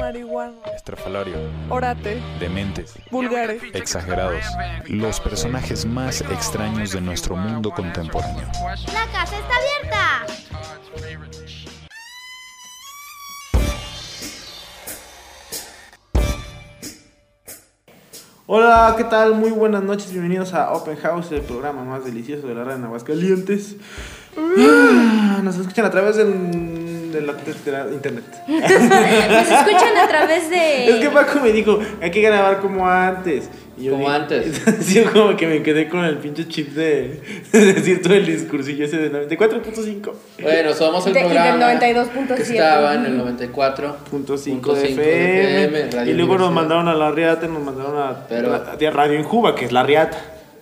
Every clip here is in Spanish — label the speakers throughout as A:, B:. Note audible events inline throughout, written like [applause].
A: marihuana,
B: estrafalario,
A: orate,
B: dementes,
A: vulgares.
B: exagerados, los personajes más extraños de nuestro mundo contemporáneo.
C: ¡La casa está abierta!
D: Hola, ¿qué tal? Muy buenas noches, bienvenidos a Open House, el programa más delicioso de la red en Aguascalientes. Ah, Nos escuchan a través del, de, la, de la internet.
E: Nos escuchan a través de.
D: [laughs] Es que Paco me dijo, hay que grabar como antes. Y yo
F: Como
D: dije-
F: antes.
D: [laughs] Sí, como que me quedé con el pinche chip de, de decir todo el discursillo ese de 94.5.5
F: Bueno, somos el
E: De- y del
F: programa.
E: 92.7.
F: Que estaba en el 94.
D: de FM. y luego nos mandaron a la Riata, nos mandaron a,
F: Pero-
D: a- a Radio en Cuba, que es la Riata,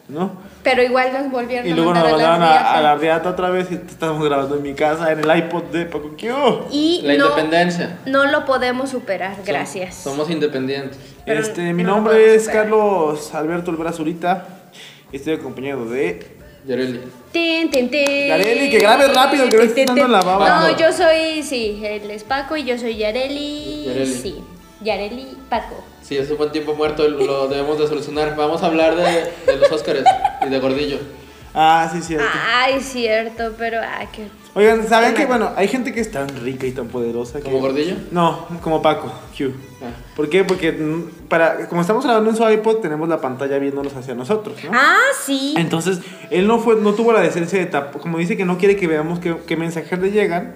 D: ¿no?
E: Pero igual nos volvieron
D: Y
E: a
D: luego nos
E: mandar a
D: mandaron
E: las
D: a, a la
E: viejas.
D: riata otra vez y estamos grabando en mi casa, en el iPod de Paco Kio.
E: Y
F: La
E: no,
F: independencia.
E: no lo podemos superar, gracias.
F: Somos independientes.
E: Pero
D: Este, mi
E: no lo
D: nombre
E: podemos
D: es
E: superar.
D: Carlos Alberto El Brazurita. y Estoy acompañado de.
F: Yareli.
E: Tin, tin, tin.
D: Yareli, que grabe rápido, que me estoy
E: Tin, tin,
D: dando
E: tin.
D: la baba.
E: No, yo soy, sí, él es Paco y yo soy Yareli.
F: Yareli.
E: Sí, Yareli Paco.
F: Sí, es un buen tiempo muerto, lo debemos de solucionar. Vamos a hablar de, de los Óscares y de Gordillo.
D: Ah, sí, cierto.
E: Ay, cierto, pero ah, que
D: Oigan, ¿saben que bueno, hay gente que es tan rica y tan poderosa que.
F: ¿Como Gordillo?
D: No, como Paco Q.
F: Ah.
D: ¿Por qué? Porque mm, para, como estamos grabando en su iPod, tenemos la pantalla viéndonos hacia nosotros, ¿no?
E: Ah, sí.
D: Entonces, él no fue, no tuvo la decencia de tapar, como dice que no quiere que veamos qué, qué mensajes le llegan,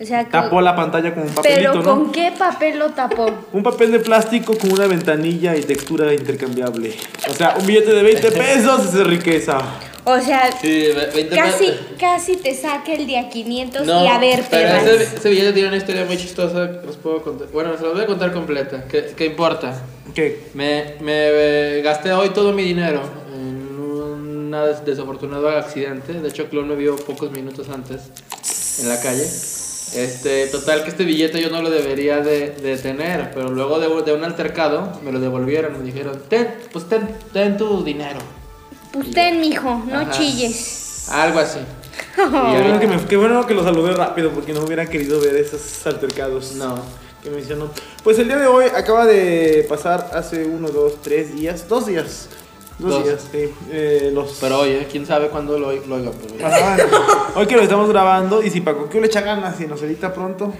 E: O sea,
D: tapó la pantalla con un papelito, ¿no?
E: pero ¿con qué papel lo tapó?
D: Un papel de plástico con una ventanilla y textura intercambiable. O sea, un billete de 20 pesos es riqueza.
E: O sea,
F: Sí, ve- 20
E: casi,
F: pe-
E: casi te saca el día 500 y a ver,
F: pero
E: perras.
F: ese, ese billete tiene una historia muy chistosa que os puedo contar. Bueno, se los voy a contar completa. ¿Qué, qué importa?
D: ¿Qué?
F: Me, me eh, gasté hoy todo mi dinero en un des- desafortunado accidente. De hecho, Clon me vio pocos minutos antes en la calle. Este, total que este billete yo no lo debería de, de tener, pero luego de, de un altercado me lo devolvieron, me dijeron, ten, pues ten, ten tu dinero.
E: Pues ten, mijo, no
F: Ajá.
E: chilles.
D: [laughs]
F: Algo así. Y
D: Qué bueno,
F: ahorita-
D: que me- qué bueno que lo saludé rápido porque no hubiera querido ver esos altercados
F: No.
D: que mencionó. Pues el día de hoy acaba de pasar hace uno, dos, tres días, dos días. Dos,
F: Dos.
D: días, sí. Eh, los...
F: Pero oye, quién sabe cuándo lo, lo oiga. pues, pero ya.
D: Ajá. Hoy que lo estamos grabando y si Paco que le echa ganas y nos edita pronto,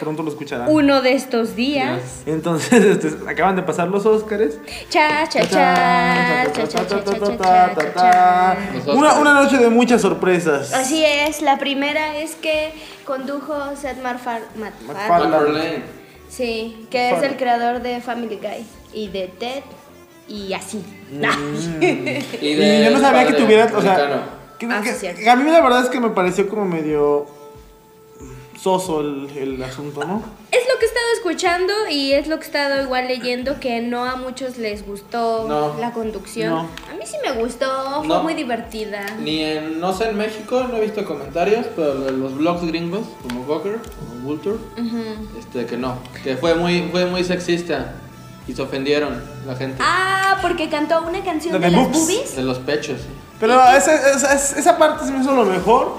D: pronto lo
F: Ah.
D: escucharán.
E: Uno de estos días.
D: Entonces, [laughs] este, acaban de pasar los Óscares.
E: Cha, cha, cha, cha, cha, cha, cha, cha, cha, cha, cha. Ah,
F: Los
D: Una,
F: Óscares.
D: una noche de muchas sorpresas.
E: Así es, la primera es que condujo Seth Marfar- Mat-
D: MacFarlane.
F: McFarlane.
E: Sí, que es
D: Farlane.
E: el creador de Family Guy y de Ted y así.
F: Mm.
D: Y,
F: de
D: yo no sabía que
F: Padre
D: tuviera, o sea,
F: Americano.
D: que-
E: Ah,
D: que-
E: sí, cierto.
D: a mí la verdad es que me pareció como medio soso el, el asunto, ¿no?
E: [laughs] Es lo que he estado escuchando y es lo que he estado igual leyendo que no a muchos les gustó
F: No.
E: la conducción.
D: No.
E: A mí sí me gustó, fue
F: No.
E: muy divertida.
F: Ni en, no sé, en México no he visto comentarios, pero de los blogs gringos, como Gawker, como Vulture, este, que no, que fue muy, fue muy sexista y se ofendieron la gente
E: Ah, porque cantó una canción
D: La
E: de
D: de
E: las
D: Boobs.
E: boobies.
F: de los pechos.
D: Pero esa, esa, esa parte se me hizo lo mejor.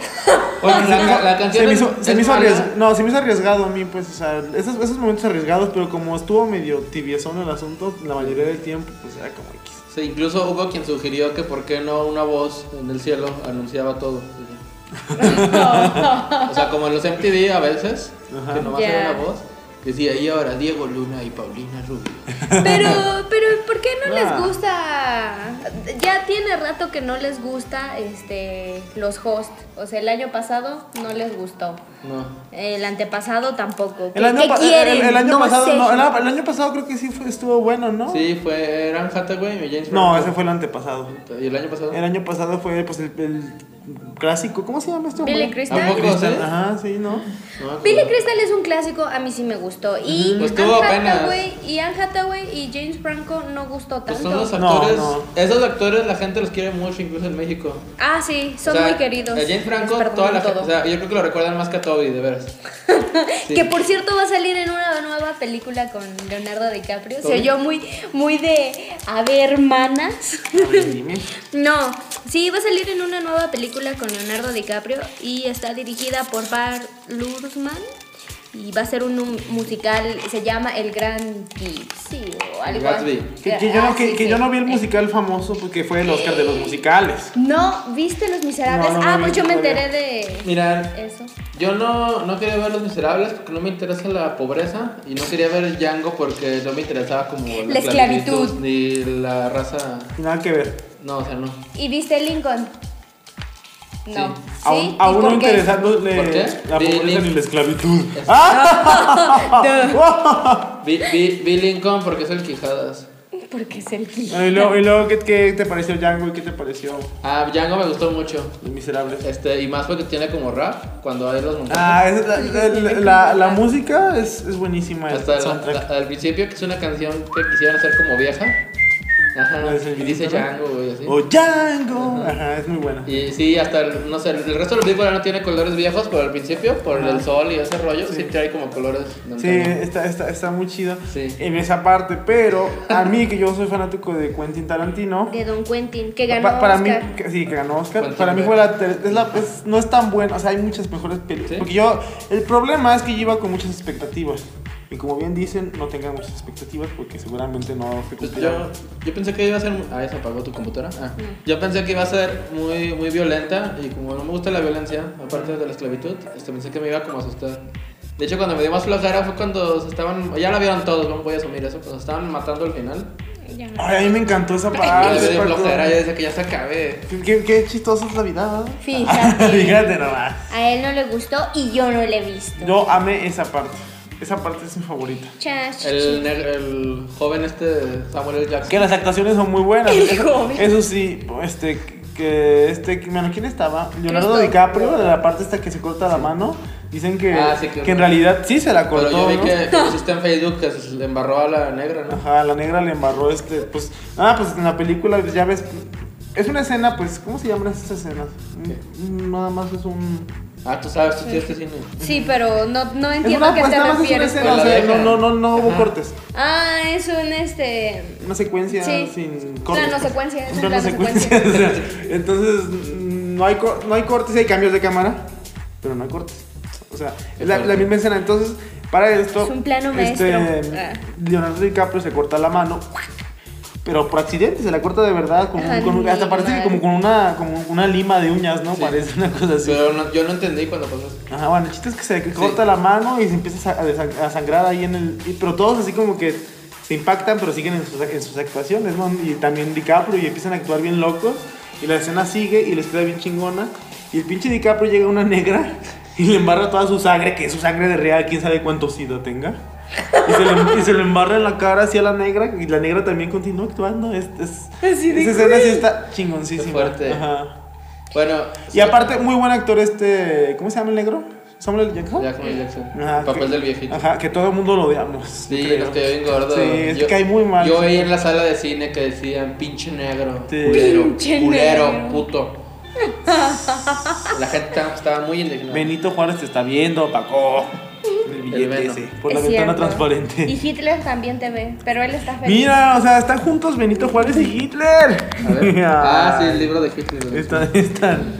F: Oye, la, ca- la canción
D: se me
F: es-
D: hizo, se
F: es
D: me hizo
F: mala.
D: arriesg- no, se me hizo arriesgado a mí, pues, o sea, esos, esos momentos arriesgados, pero como estuvo medio tibiezón el asunto la mayoría del tiempo, pues era como X.
F: Sí, incluso hubo quien sugirió que por qué no una voz en el cielo anunciaba todo. o sea, como en los MTV a veces,
D: Ajá.
F: que nomás
E: Ya.
F: era una voz, que decía, y ahora Diego Luna y Paulina Rubio.
D: [laughs]
E: Pero, pero, ¿por qué no
D: Ah.
E: les gusta? Ya tiene rato que no les gusta este, los hosts. O sea, el año pasado no les gustó.
F: No.
E: El antepasado tampoco. ¿Qué,
D: El año,
E: qué
D: pa- el-
E: quieren?
D: el- el año
E: No
D: pasado,
E: sé.
D: no, el, el año pasado creo que sí fue- estuvo bueno, ¿no?
F: Sí, fue eran Hathaway y James
D: No,
F: Franco.
D: ese fue el antepasado.
F: ¿Y el año pasado?
D: El año pasado fue pues el, el clásico, ¿cómo se llama este hombre?
E: Billy Crystal.
F: ¿A poco?
D: Crystal,
F: ¿Sí?
D: Ajá, sí, ¿no?
F: No, no.
E: Billy Crystal es un clásico, a mí sí me gustó. Y,
F: Pues
E: Anne,
F: tuvo apenas.
E: Hathaway, y Anne Hathaway y James Franco no gustó
F: Pues
E: tanto.
F: son los
D: No,
F: actores.
D: no.
F: Esos actores la gente los quiere mucho, incluso en México.
E: Ah, sí, son
F: O sea,
E: muy queridos.
F: A James Franco,
E: Les perdonan
F: toda la
E: todo.
F: gente. O sea, yo creo que lo recuerdan más que a Toby, de veras. sí.
E: Que por cierto va a salir en una nueva película con Leonardo DiCaprio. Se oyó muy, muy de a ver, hermanas.
D: A ver, dime.
E: [laughs] No, sí, va a salir en una nueva película con Leonardo DiCaprio y está dirigida por Bar Luhrmann Y va a ser un mu- musical, se llama El Gran Gypsy o algo
F: Gatsby.
E: así.
D: Que, que yo, no,
E: Ah,
D: que,
E: sí,
D: que
E: sí.
D: yo no vi el
E: Eh,
D: musical famoso porque fue el Oscar de los musicales.
E: ¿No viste Los Miserables?
D: No, no, no
E: ah,
D: vi
E: pues yo me
D: todavía.
E: enteré de
F: Mira,
E: eso.
F: yo no, no quería ver Los Miserables porque no me interesa la pobreza y no quería ver Django porque no me interesaba como
E: La esclavitud.
F: ni la raza.
D: Nada que ver.
F: No, o sea, no.
E: ¿Y viste Lincoln? No.
F: Sí.
D: A, un-
E: ¿Sí?
D: a
E: ¿Y
D: uno
E: por qué?
D: interesándole
F: ¿Por qué?
D: la
F: Di-
D: pobreza
F: di-
D: ni la esclavitud.
F: Es-
D: ¡Ah!
F: Vi, vi, vi Lincoln porque es el Quijadas.
E: [laughs] Porque es el Gil.
D: y luego, y luego ¿qué, qué te pareció Django y qué te pareció
F: Ah, Django me gustó mucho.
D: Los Miserables?
F: Este, y más porque tiene como rap cuando hay los montajes.
D: Ah, es- la, la- la- la- la música es, es buenísima. el
F: Hasta el-
D: soundtrack.
F: al principio, que es una canción que quisieron hacer como vieja. Ajá,
D: Ah, sí,
F: y dice
D: ¿no?
F: Django, güey, así.
D: O Django. Ajá, es muy buena.
F: Y sí, hasta, el, no sé, el resto de la película no tiene colores viejos, pero al principio, por
D: Ajá.
F: el sol y ese rollo,
D: Sí.
F: sí, trae como colores. de
D: Sí,
F: antaño.
D: está, está, está muy chido
F: Sí.
D: en esa parte, pero a mí que yo soy fanático de Quentin Tarantino,
E: De Don Quentin, que ganó
D: pa- para
E: Oscar.
D: mí, que- sí, que ganó Oscar,
F: Quentin
D: para mí fue la, ter- es la es- no es tan buena, o sea, hay muchas mejores películas,
F: Sí.
D: porque yo, el problema es que yo iba con muchas expectativas, y como bien dicen, no tengan muchas expectativas porque seguramente no se
F: Pues
D: cumplirán.
F: yo, yo pensé que iba a ser. mu- Ah, se apagó tu computadora. Ah. Yo pensé que iba a ser muy, muy violenta y como no me gusta la violencia, aparte de la esclavitud, este, pensé que me iba como a asustar. De hecho, cuando me dio más flojera fue cuando se estaban. Ya la vieron todos, no voy a asumir eso. Cuando se estaban matando al final.
E: Ya.
D: Ay, a mí me encantó
E: [laughs]
D: esa
F: Ah,
D: parte.
F: me dio
D: Paco.
F: flojera, ya desde que ya se acabé.
D: Qué- Qué, qué chistosa es la vida, ¿verdad? [laughs] Ah,
E: Fíjate.
D: Fíjate nomás.
E: A él no le gustó y yo no le he visto.
D: Yo amé esa parte, esa parte es mi favorita.
E: Chas,
F: El, neg- el joven este, Samuel L. Jackson.
D: Que las actuaciones son muy
E: [laughs]
D: buenas.
E: El
D: Eso,
E: joven.
D: eso sí, este que este que- bueno, ¿quién estaba? Leonardo
E: Cristo.
D: DiCaprio de la parte esta que se corta la mano. Dicen que,
F: Ah, sí, que-
D: que en realidad sí se la cortó.
F: Pero yo vi
D: ¿no?
F: que que pusiste en Facebook que se le embarró a la negra, ¿no?
D: Ajá, la negra le embarró este, pues ah, pues en la película pues, ya ves es una escena, pues ¿cómo se llaman esas escenas?
F: ¿Qué?
D: Mm, Nada más es un
F: Ah, tú sabes, tú tienes este cine.
E: Sí, pero no, no
D: es
E: entiendo
D: una
E: a qué
D: pues,
E: te
D: nada más es una
E: refieres.
D: escena, o
F: Con la
D: sea,
F: oreja.
D: no no no no hubo
F: Ajá.
D: cortes.
E: Ah, es un este.
D: una secuencia
E: Sí.
D: sin
E: Plano
D: cortes. pues.
E: secuencia, es un
D: Plano
E: plano
D: secuencia, [laughs] o sea, entonces, mm, no hay, cor- no hay cortes, hay cambios de cámara, pero no hay cortes. O sea, es la, la misma escena. Entonces, para esto,
E: Es un plano
D: este,
E: maestro. Ah.
D: Leonardo DiCaprio se corta la mano. Pero por accidente, se la corta de verdad, con, un-
E: Ay,
D: con un- hasta
E: mi
D: parece que
E: madre.
D: como con una, como una lima de uñas, ¿no?
F: Sí.
D: Parece una cosa así.
F: Pero no- yo no entendí cuando pasó eso.
D: Ajá, bueno, el chiste es que se corta la mano y se empieza a, desan- a sangrar ahí en el. y- pero todos así como que se impactan, pero siguen en sus, en sus actuaciones, ¿no? Y también DiCaprio y empiezan a actuar bien locos. Y la escena sigue y les queda bien chingona. Y el pinche DiCaprio llega una negra [laughs] y le embarra toda su sangre, que es su sangre de real, quién sabe cuánto sida tenga. Y se, le, [laughs] y se le embarra en la cara así a la negra. Y la negra también continúa actuando. Es, es-
E: Así de
D: esa escena sí está chingoncísima.
F: Qué fuerte.
D: Ajá.
F: Bueno.
D: Y aparte, muy buen actor este. ¿Cómo se llama el negro? Samuel L. Jackson.
F: Ya Samuel Jackson.
D: Ajá,
F: el papel
D: que-
F: del viejito.
D: Ah, Ajá, que todo el mundo lo odiamos.
F: Sí,
D: creo.
F: nos quedó bien gordo.
D: Sí, es
F: Yo-
D: que cae muy mal.
F: Yo oí en la sala de cine que decían pinche negro,
D: Sí.
F: culero,
E: Pinche
F: culero,
E: negro. [laughs]
F: puto. La gente estaba, estaba muy indignada.
D: Benito Juárez te está viendo, Paco. El billete
F: Veno.
D: ese. Por
E: Es
D: la ventana
E: cierto.
D: transparente.
E: Y Hitler también te ve, pero él está feliz.
D: Mira, o sea, están juntos Benito Juárez y Hitler.
F: A
D: [laughs]
F: ver. Ah, sí, el libro de Hitler.
D: Están, están.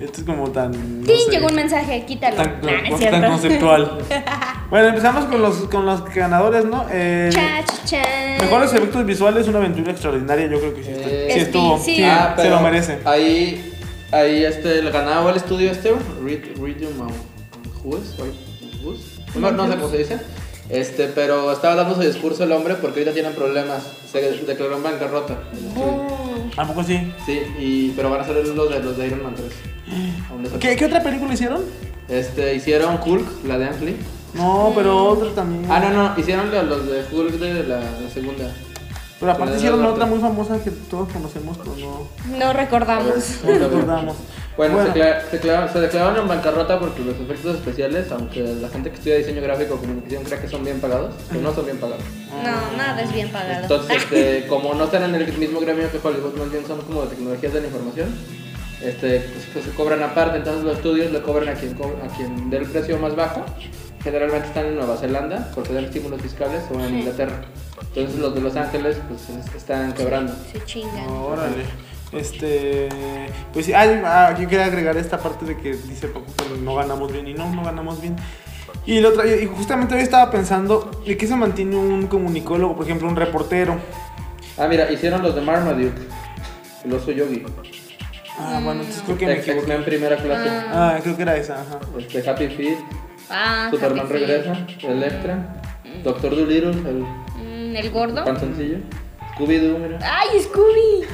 D: Esto es como tan. no
E: ¡Tin!
D: sé,
E: Llegó un mensaje, quítalo.
D: Tan,
E: Nah, no es
D: tan
E: cierto.
D: conceptual.
E: [laughs]
D: Bueno, empezamos con los, con los ganadores, ¿no? Eh,
E: Chach, chach.
D: Mejores efectos visuales, una aventura extraordinaria, yo creo que sí, está.
F: Eh,
D: sí estuvo,
E: sí.
D: sí,
F: Ah,
D: se
F: pero
D: lo merece.
F: Ahí, ahí este, lo ganaba el estudio este, Read, Read Your Mouth. Who's? No, no sé cómo se dice. Este, pero estaba dando su discurso el hombre porque ahorita tienen problemas. Se declaró en bancarrota. el estudio.
D: Oh.
E: Boom.
D: ¿A poco sí?
F: Sí, y, pero van a ser los de, los de Iron Man 3. Aún les-
D: ¿Qué, qué otra película hicieron?
F: Este, hicieron Hulk, la de Ang Lee.
D: No, pero otra también.
F: Ah, no, no, hicieron la- los de Hulk de la, la segunda.
D: Pero aparte
F: Pero
D: hicieron
F: no, no,
D: otra
F: no.
D: muy famosa que todos conocemos, pero no,
E: No recordamos.
D: no recordamos.
F: Bueno,
D: Bueno.
F: Se, cla- se cla- se declararon en bancarrota porque los efectos especiales, aunque la gente que estudia diseño gráfico o comunicación crea que son bien pagados, que no son bien pagados.
D: Ah.
E: No, nada es bien pagado.
F: Entonces, este, como no están en el mismo gremio que Hollywood, más bien son como de tecnologías de la información, este, pues, pues, se cobran aparte, entonces los estudios le cobran a quien, co- a quien dé el precio más bajo. Generalmente están en Nueva Zelanda porque dan estímulos fiscales o en Inglaterra. Entonces los de Los Ángeles pues es- están quebrando.
E: Se chingan.
D: Órale. Este. Pues sí, ay, ah, yo quería agregar esta parte de que dice Paco que no ganamos bien. Y no, no ganamos bien. Y, el otro- y justamente hoy estaba pensando, ¿de qué se mantiene un comunicólogo? Por ejemplo, un reportero.
F: Ah, mira, hicieron los de Marmaduke. El oso yogi.
D: Ah, bueno, entonces creo que me
F: X-Men
D: equivoqué.
F: en primera clase.
D: Ah, creo que era esa, ajá.
F: Este, Happy Feet.
E: Ah,
F: Superman
E: Happy Feet.
F: regresa. Electra. Doctor Dolittle. El
E: Mm, el gordo.
F: panzoncillo. Scooby-Doo, mira.
E: ¡Ay,
D: [laughs]
E: Scooby!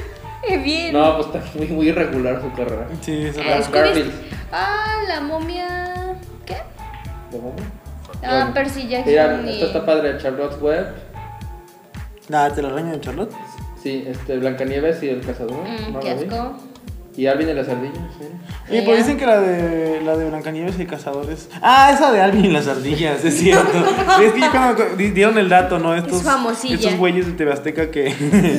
E: Eh, Bien.
F: No, pues está muy, muy irregular su carrera.
D: Sí, esa
E: Ah,
D: era.
F: las
E: Scooby.
F: Garfield.
E: Ah, la momia. ¿Qué?
F: ¿De cómo?
E: Ah,
F: Bueno.
E: Percy Jackson.
F: Mira,
E: y-
F: esta está padre. Charlotte Webb.
D: La telaraña de Charlotte.
F: Sí, este, Blancanieves y el cazador.
E: Mm,
F: no
E: qué
F: la vi.
E: asco.
F: Y Alvin y las ardillas, sí.
D: Y
E: Ya.
D: pues dicen que la de, la de Blancanieves y Cazadores. Ah, esa de Alvin y las ardillas, es [laughs] cierto. es que yo cuando di- dieron el dato, ¿no? Estos,
E: Es famosilla.
D: estos güeyes de TV Azteca que,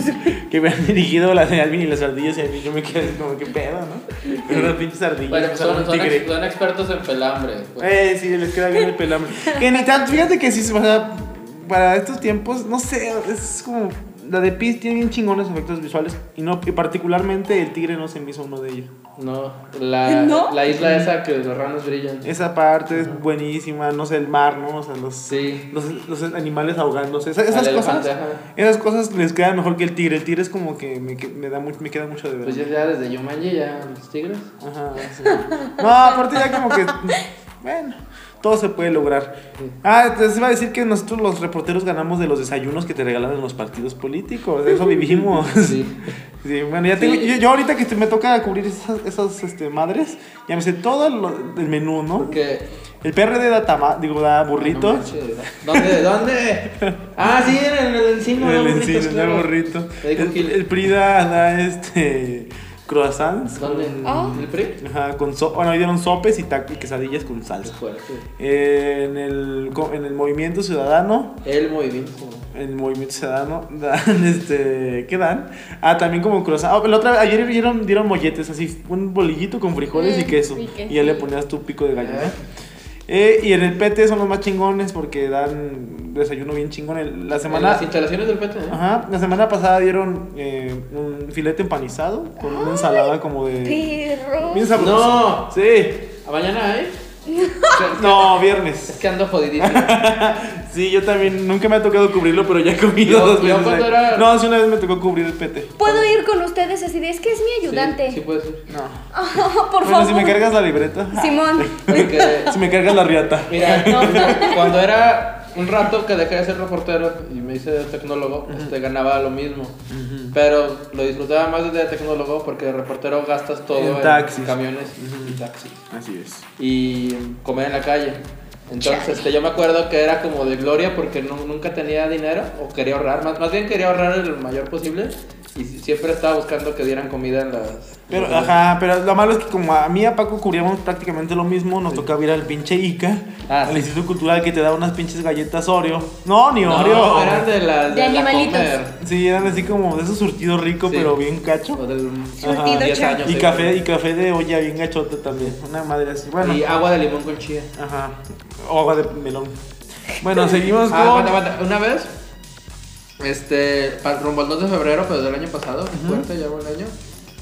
D: [laughs] que me han dirigido la de Alvin y las ardillas. Y a mí yo me quedé como, ¿qué pedo, no? Pero unas pinches ardillas.
F: Bueno, pues
D: o sea,
F: son,
D: un
F: son
D: tigre.
F: ex- son expertos en pelambre. pues.
D: Eh, sí, les queda bien el pelambre. que ni tanto, fíjate que sí, o sea, para estos tiempos, no sé, es como. La de Piz tiene bien chingones efectos visuales. Y, no, y particularmente el tigre no se me hizo uno de ellos.
F: No, la,
E: ¿No?
F: la isla esa que los ranos brillan.
D: Esa parte es buenísima, no sé, el mar, ¿no? O sea, los,
F: Sí.
D: los, los animales ahogándose. Esa- Esas,
F: Al
D: cosas.
F: elefante, ajá.
D: Esas cosas les queda mejor que el tigre. El tigre es como que me, que- me da mucho, me queda mucho de ver.
F: Pues ya- ya desde Yumanji ya los tigres.
D: Ajá, sí. No, aparte ya como que. Bueno, todo se puede lograr. Ah, te iba a decir que nosotros los reporteros ganamos de los desayunos que te regalan en los partidos políticos. De eso vivimos.
F: [laughs] Sí.
D: Sí, bueno, ya tengo-
F: Sí.
D: Yo, yo ahorita que te- me toca cubrir esas, esas, este, madres, ya me sé todo lo- el menú, ¿no?
F: Porque.
D: El PRD da, tama, digo, da burrito.
F: No manches, ¿Dónde? ¿Dónde? Ah, sí, en el encino.
D: el
F: era un
D: encino da
F: claro.
D: burrito.
F: Le dijo
D: El,
F: Gil.
D: el PRI da, da, este, croissants.
F: ¿Dónde?
E: Ah.
F: ¿El PRI? Pues
D: Ajá, con so- bueno, ahí dieron sopes y, ta- y quesadillas con
F: Es
D: salsa.
F: fuerte.
D: Eh, en, el, co- en el Movimiento Ciudadano,
F: El movimiento.
D: en el Movimiento Ciudadano, [laughs] dan, este, ¿qué dan? Ah, también como croissant. Ah, la otra, ayer dieron, dieron molletes, así, un bolillito con frijoles y
E: Mm,
D: queso.
E: y queso.
D: Y ya le ponías tu pico de gallina.
F: Ah.
D: Eh, y en el PT son los más chingones porque dan desayuno bien chingón. El- la
F: En
D: semana...
F: las instalaciones del PT, ¿eh?
D: Ajá, la semana pasada dieron eh, un filete empanizado con una ensalada como de...
E: Perro.
D: Bien sabroso.
F: No,
D: Sí.
F: a
E: [laughs]
F: mañana, ¿eh?
D: No,
F: Es
D: viernes.
F: que ando jodidísimo.
D: Sí, yo también nunca me ha tocado cubrirlo, pero ya he comido
F: Yo-
D: dos
F: yo
D: veces.
F: cuando
D: ahí.
F: era-
D: No, sí una vez me tocó cubrir el pete.
E: Puedo ir con ustedes así de es que es mi ayudante.
F: Sí, sí puede ser.
D: No.
E: [laughs] Por
D: bueno,
E: favor.
D: si me cargas la
E: [laughs]
D: libreta.
E: Simón.
F: Porque
D: Si me cargas la riata. [laughs]
F: Mira, cuando era un rato que dejé de ser reportero y me hice de tecnólogo, este, ganaba lo mismo. Pero lo disfrutaba más de tecnólogo porque de reportero gastas todo
D: En
F: en,
D: taxis.
F: camiones y taxis.
D: Así es.
F: Y comer en la calle. Entonces, este, yo me acuerdo que era como de gloria porque nu- nunca tenía dinero o quería ahorrar. Más, más bien quería ahorrar el mayor posible y si- siempre estaba buscando que dieran comida en las.
D: Pero, ajá, pero lo malo es que como a mí y a Paco cubríamos prácticamente lo mismo, nos tocaba ir al pinche Ica,
F: Ah,
D: al
F: sí.
D: Instituto Cultural que te da unas pinches galletas Oreo. No, ni
F: No,
D: Oreo.
F: eran de las.
E: De
F: la
E: animalitos.
F: Comer.
D: Sí, eran así como de esos surtidos ricos,
F: Sí.
D: pero bien
F: O
D: cacho.
F: del-
D: Ajá.
F: diez años, eh,
D: Y
F: sí,
D: café,
F: pero-
D: y café de olla bien gachote también. Una madre así. Bueno,
F: Y agua de limón con chía.
D: ajá. O agua de melón. Bueno, seguimos con.
F: Ah, aguanta, aguanta. Una vez, este, pa- rumbo al 2 de febrero, pero del año pasado, fuerte, ya un año.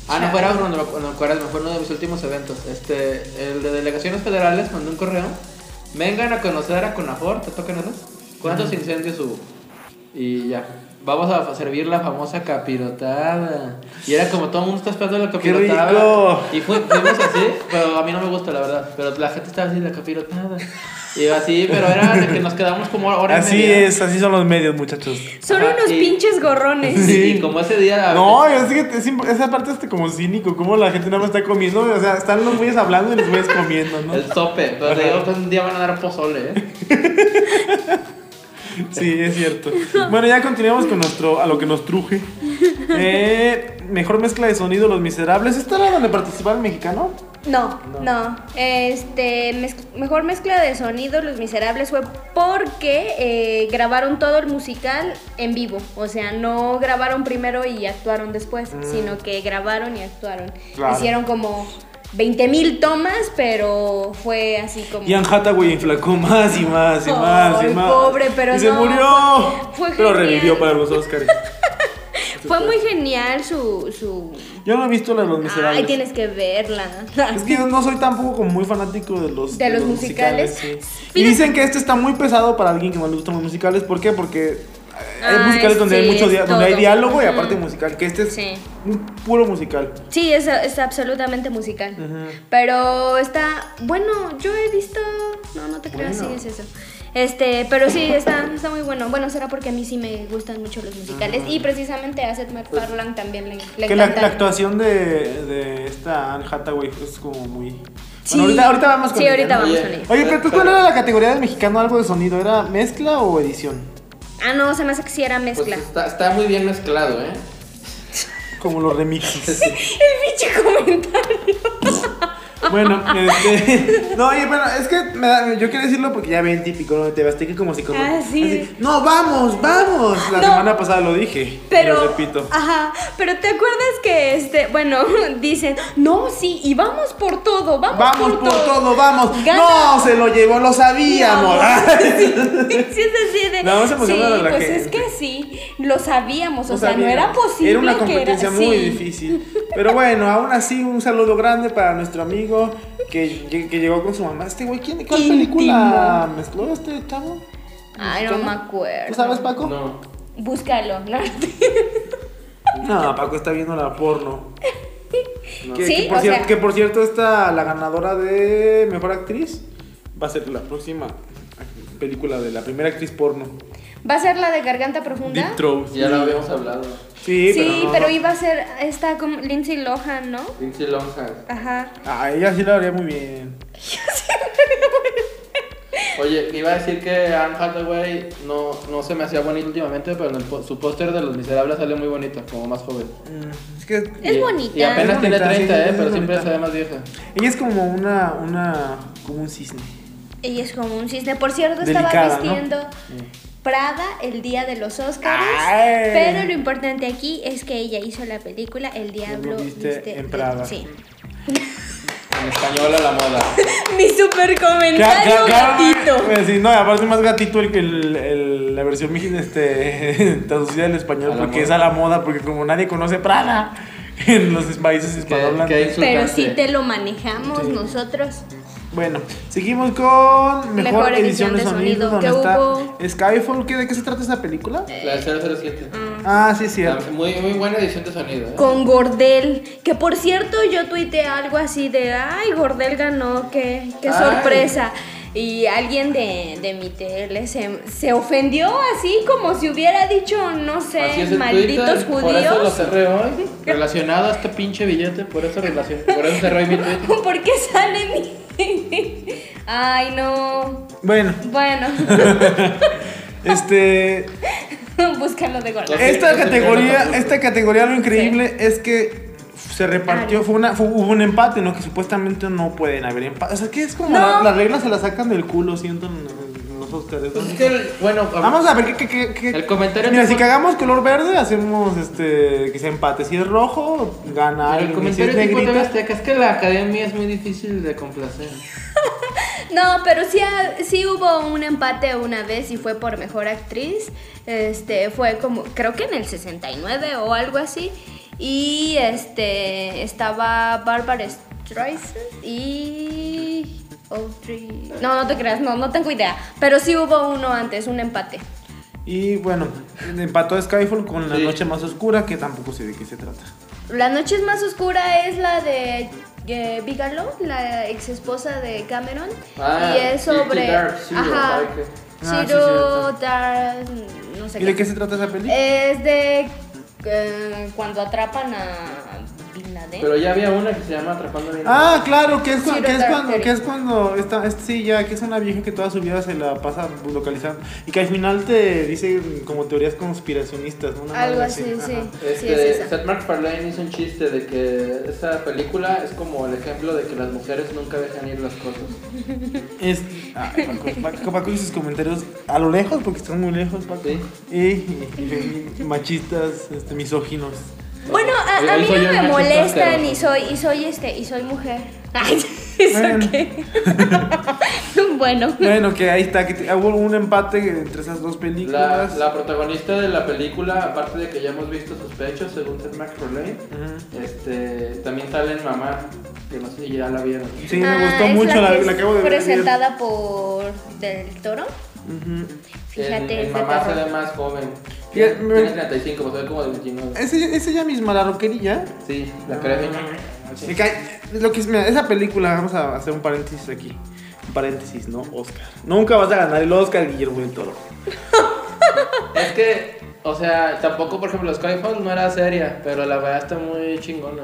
F: Ah, no, fuera rumbo no, cuaresma, fue uno de mis últimos eventos. Este, el de delegaciones federales mandó un correo. Vengan a conocer a Conafor, ¿te tocan eso? ¿Cuántos incendios hubo? Y ya. Vamos a servir la famosa capirotada. Y era como todo el mundo está esperando la
D: ¡Qué
F: capirotada.
D: rico!
F: Y fue- fuimos así, pero a mí no me gusta, la verdad. Pero la gente estaba así, la capirotada. Y yo así, pero era de que nos quedamos como hora y
D: Así
F: media.
D: es, así son los medios, muchachos.
E: Son
F: Ajá,
E: unos
F: y-
E: pinches gorrones.
F: [laughs] Sí, y como ese día.
D: No, es que es imp- esa parte es como cínico, como la gente no me está comiendo, o sea, están los güeyes hablando y los güeyes comiendo, ¿no?
F: El sope. Pero te digo que un día van a dar pozole, ¿eh?
D: Sí, es cierto. Bueno, ya continuamos con nuestro, a lo que nos truje. Eh, mejor mezcla de sonido, Los Miserables. ¿Esta era donde participaba el mexicano?
E: No, no. Este, mezc- mejor mezcla de sonido, Los Miserables fue porque eh, grabaron todo el musical en vivo. O sea, no grabaron primero y actuaron después,
F: Mm.
E: sino que grabaron y actuaron.
D: Claro.
E: Hicieron como 20 mil tomas, pero fue así como...
D: Y Anne Hathaway inflacó más y más y
E: Ay,
D: más y más.
E: pobre, pero
D: Y se
E: no,
D: murió.
E: fue- fue
D: pero
E: genial.
D: revivió para los Oscars.
E: Fue muy genial su... su...
D: Yo no he visto la de los miserables.
E: Ay, tienes
D: [laughs]
E: que verla.
D: Es que yo no soy tampoco como muy fanático de los,
E: De los musicales.
D: sí. Y
E: Fíjate-
D: dicen que este está muy pesado para alguien que no le gustan los musicales. ¿Por qué? Porque hay
E: Ay,
D: musicales donde, hay
E: Ah, sí,
D: mucho
E: es
D: dia- donde hay
E: todo.
D: diálogo y
E: Ujú.
D: aparte musical. Que este es
E: Sí.
D: un puro musical.
E: Sí, es, es absolutamente musical. Pero está. Bueno, yo he visto. No, no te creas,
D: Bueno.
E: sí, es eso. Este, pero sí, está, está muy bueno. Bueno, será porque a mí sí me gustan mucho los musicales. Y precisamente a Seth MacFarlane también le, le
D: Ah. que la,
E: encantan.
D: la actuación de, de esta Anne Hathaway es como muy. Bueno,
E: Sí.
D: ahorita, ahorita vamos con
E: Sí,
D: ella,
E: ahorita
D: ¿no?
E: vamos
F: Oye.
E: con ella.
D: Oye, pero entonces, ¿cuál era la categoría del mexicano algo de sonido? ¿Era mezcla o edición?
E: Ah, no, se me hace que sí era
F: Pues
E: mezcla.
F: está, está muy bien mezclado, ¿eh?
D: Como los remixes.
E: [laughs] El pinche comentario. [laughs]
D: Bueno, este. No, oye, bueno, es que me da- yo quiero decirlo porque ya ven típico, ¿no? Te basté que como si como.
E: Ah, sí.
D: así, no, vamos, vamos. La
E: No.
D: semana pasada lo dije.
E: Pero,
D: Lo repito.
E: ajá, pero te acuerdas que, este, bueno, [laughs] dicen, no, sí, y vamos por todo, vamos,
D: Vamos por todo, vamos.
E: Gana.
D: No, se lo llevó, lo sabíamos. [laughs]
E: [laughs] Sí, es así de.
D: La más emocionada
E: sí,
D: la
E: pues
D: que- [laughs]
E: es que sí, lo sabíamos, o
D: Lo
E: sea, no era
D: sabíamos.
E: posible.
D: Era una
E: que
D: competencia
E: sí.
D: muy difícil. Pero bueno, aún así, un saludo grande para nuestro amigo que, que- que llegó con su mamá. Este güey, ¿quién, ¿cuál
E: Íntimo.
D: película mezcló este chavo?
E: Ay, no me acuerdo.
D: ¿Tú sabes, Paco?
F: No.
E: Búscalo, ¿no?
D: No, Paco está viendo la
E: [laughs]
D: porno. Que,
E: Sí,
D: que por
E: o
D: cier-
E: sea-
D: que por cierto, esta, la ganadora de mejor actriz va a ser la próxima película de la primera actriz porno.
E: [laughs] ¿Va a ser la de garganta profunda?
D: Deep Throat.
F: Ya lo habíamos hablado.
D: Pues Sí,
E: Sí,
D: pero.
E: pero,
D: no, no.
E: iba a ser esta como Lindsay Lohan, ¿no?
F: Lindsay Lohan.
E: Ajá.
D: Ah, ella sí la haría muy bien.
F: Oye, iba a decir que Anne Hathaway no, no se me hacía bonita últimamente, pero en el po- su póster de Los Miserables sale muy bonita, como más joven.
D: Mm, Es que
E: Es
F: Y-
E: bonita.
F: Y apenas
D: Es
F: tiene
D: bonita,
F: 30,
D: sí,
F: ¿eh?
D: es
F: Pero
D: bonita.
F: siempre se ve más vieja.
D: ella es como una. una como un cisne.
E: Ella es como un cisne. Por cierto,
D: Delicada,
E: estaba
D: ¿no?
E: vistiendo Prada el día de los Oscars.
D: Ay.
E: Pero lo importante aquí es que ella hizo la película El Diablo
D: viste en
E: de-
D: Prada.
E: Sí.
F: En español a la moda.
E: Mi super comentario gatito.
D: Pues sí, no, aparte más gatito el, que el, el- la versión mexi- este, [laughs] traducida al español
F: A la
D: porque
F: moda.
D: es a la moda, porque como nadie conoce Prada [laughs] en los países
F: Que,
D: hispanohablantes.
F: que insultante.
E: Pero sí te lo manejamos nosotros.
D: Bueno, seguimos con mejor,
E: Mejor
D: edición,
E: edición
D: de
E: de
D: sonido,
E: sonido,
D: donde
E: que
D: está
E: hubo- Eh.
D: Skyfall. ¿qué- ¿De qué se trata esa película?
F: La del 007.
D: Ah, sí,
F: La-
D: cierto.
F: Muy, muy buena edición de sonido, ¿eh?
E: Con Gordel. Que por cierto, yo tuiteé algo así de: ¡Ay, Gordel ganó! ¡Qué, qué
F: Ay.
E: sorpresa! Y alguien de, de mi tele se, se ofendió así como si hubiera dicho, no
F: Así
E: sé,
F: es el
E: malditos
F: Twitter, Por eso lo
E: judíos.
F: cerré hoy. Relacionado a este pinche billete, por eso, relacion- por eso cerré hoy mi Twitter.
E: [laughs] ¿Por qué sale mi.? [laughs] Ay, no.
D: Bueno,
E: Bueno, [laughs]
D: este.
E: búscalo de Gordel.
D: Esta
F: Sí,
D: categoría,
F: sí, sí.
D: esta categoría lo increíble es que se repartió, fue una, fue- hubo un empate, ¿no? Que supuestamente no pueden haber empate. O sea, que es como la-
E: No.
D: las reglas se las sacan del culo, siento en- en los Óscares, ¿no?
F: Pues es que, el- bueno,
D: Vamos a ver qué, qué- qué- qué-
F: El comentario
D: Mira,
F: que-
D: si cagamos color verde, hacemos este que sea empate. Si es rojo, gana
F: Pero el
D: alguien. Y si es
F: comentario tipo de
D: negrita-
F: Azteca es que la academia es muy difícil de complacer.
E: No, pero sí, ha- sí hubo un empate una vez y fue por mejor actriz. Este, fue como, creo que en el 69 o algo así. Y este, estaba Barbara Streisand y. Audrey. No, no te creas, no, no tengo idea. Pero sí hubo uno antes, un empate.
D: Y bueno, empató Skyfall con la
F: Sí.
D: noche más oscura, que tampoco sé de qué se trata.
E: La noche más oscura es la de eh, Bigelow, la ex esposa de Cameron.
F: Ah,
E: y es
F: Fifty
E: sobre.
F: Dark Zero,
E: ajá.
F: ¿sabes qué?
D: Ah, sí,
E: Zero Dark. No sé
D: ¿Y de qué se trata esa película?
E: Es de. eh, cuando atrapan a Bin Laden.
F: Pero ya había una que se llama Atrapando a Bin Laden.
D: Ah, claro, que es, cu-
E: Sí,
D: que es
E: Dark
D: cuando,
E: Thirty.
D: que es cuando está, es- sí, ya, que es una vieja que toda su vida se la pasa localizando y que al final te dice como teorías conspiracionistas, ¿no? Una
E: Algo
D: madre
E: así, sí.
D: Ah, ajá.
E: sí, es
F: Este,
E: esa.
F: Seth MacFarlane hizo un chiste de que esa película es como el ejemplo de que las mujeres nunca dejan ir las cosas.
D: Es, ay, Paco, Paco, Paco y sus comentarios a lo lejos, porque están muy lejos, Paco.
F: Sí.
D: Y, y- y machistas, este,
E: [laughs]
D: misóginos.
E: Bueno, a,
F: Hoy-
E: a
F: hoy
E: mí
F: soy
E: no
F: yo
E: me
F: el
E: molestan [laughs]
F: machista
E: y soy, y soy este, y soy mujer. Ay, ¿eso
D: Bueno.
E: qué? [laughs] Bueno.
D: Bueno, que ahí está, que te- hubo un empate entre esas dos
F: La,
D: películas.
F: la protagonista de la película, aparte de que ya hemos visto sus pechos, según Seth MacFarlane,
D: Ujú.
F: este, también sale en Mamá, que no sé si ya la vieron.
D: Sí, me
E: Ah,
D: gustó
E: es
D: mucho, la,
E: que es
D: la acabo de ver. ayer.
E: Presentada por Del Toro.
D: Ujú.
F: En,
E: Fíjate,
F: en
E: es de
F: Mamá se
E: terror.
F: ve más joven.
D: Fíjate,
F: Tiene
D: me-
F: 35, pues se ve como de 29.
D: Es, ella- es ella misma, la roquerilla.
F: Sí, la crema.
D: Me cae- lo que es, mira, esa película, vamos a hacer un paréntesis aquí. Un paréntesis, ¿no? Oscar. Nunca vas a ganar el Oscar, Guillermo del Toro.
F: Es que, o sea, tampoco, por ejemplo, Skyfall no era seria, pero la verdad está muy chingona.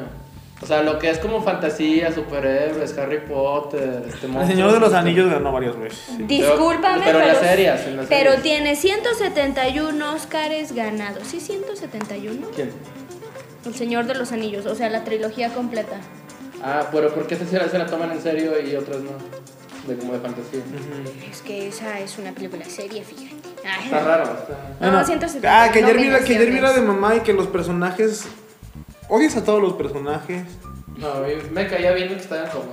F: O sea, lo que es como fantasía, superhéroes, Harry Potter, este
D: El Señor de los Anillos ganó varias veces. sí.
E: Discúlpame,
F: pero
E: pero,
F: en las series, en las
E: pero
F: series.
E: tiene 171 Oscars ganados. ¿Sí 171?
F: ¿Quién?
E: El Señor de los Anillos, o sea, la trilogía completa.
F: Ah, pero ¿por qué se, se la toman en serio y otras no? De como de fantasía.
E: Es que esa es una película seria, fíjate. Ay.
F: Está raro, está...
E: No,
D: Bueno,
E: 170,
D: Ah, que ayer, vi la, que ayer vi la
E: nominaciones.
D: de mamá y que los personajes. Odias a todos los personajes.
F: No, a mí me caía bien que estaba en coma.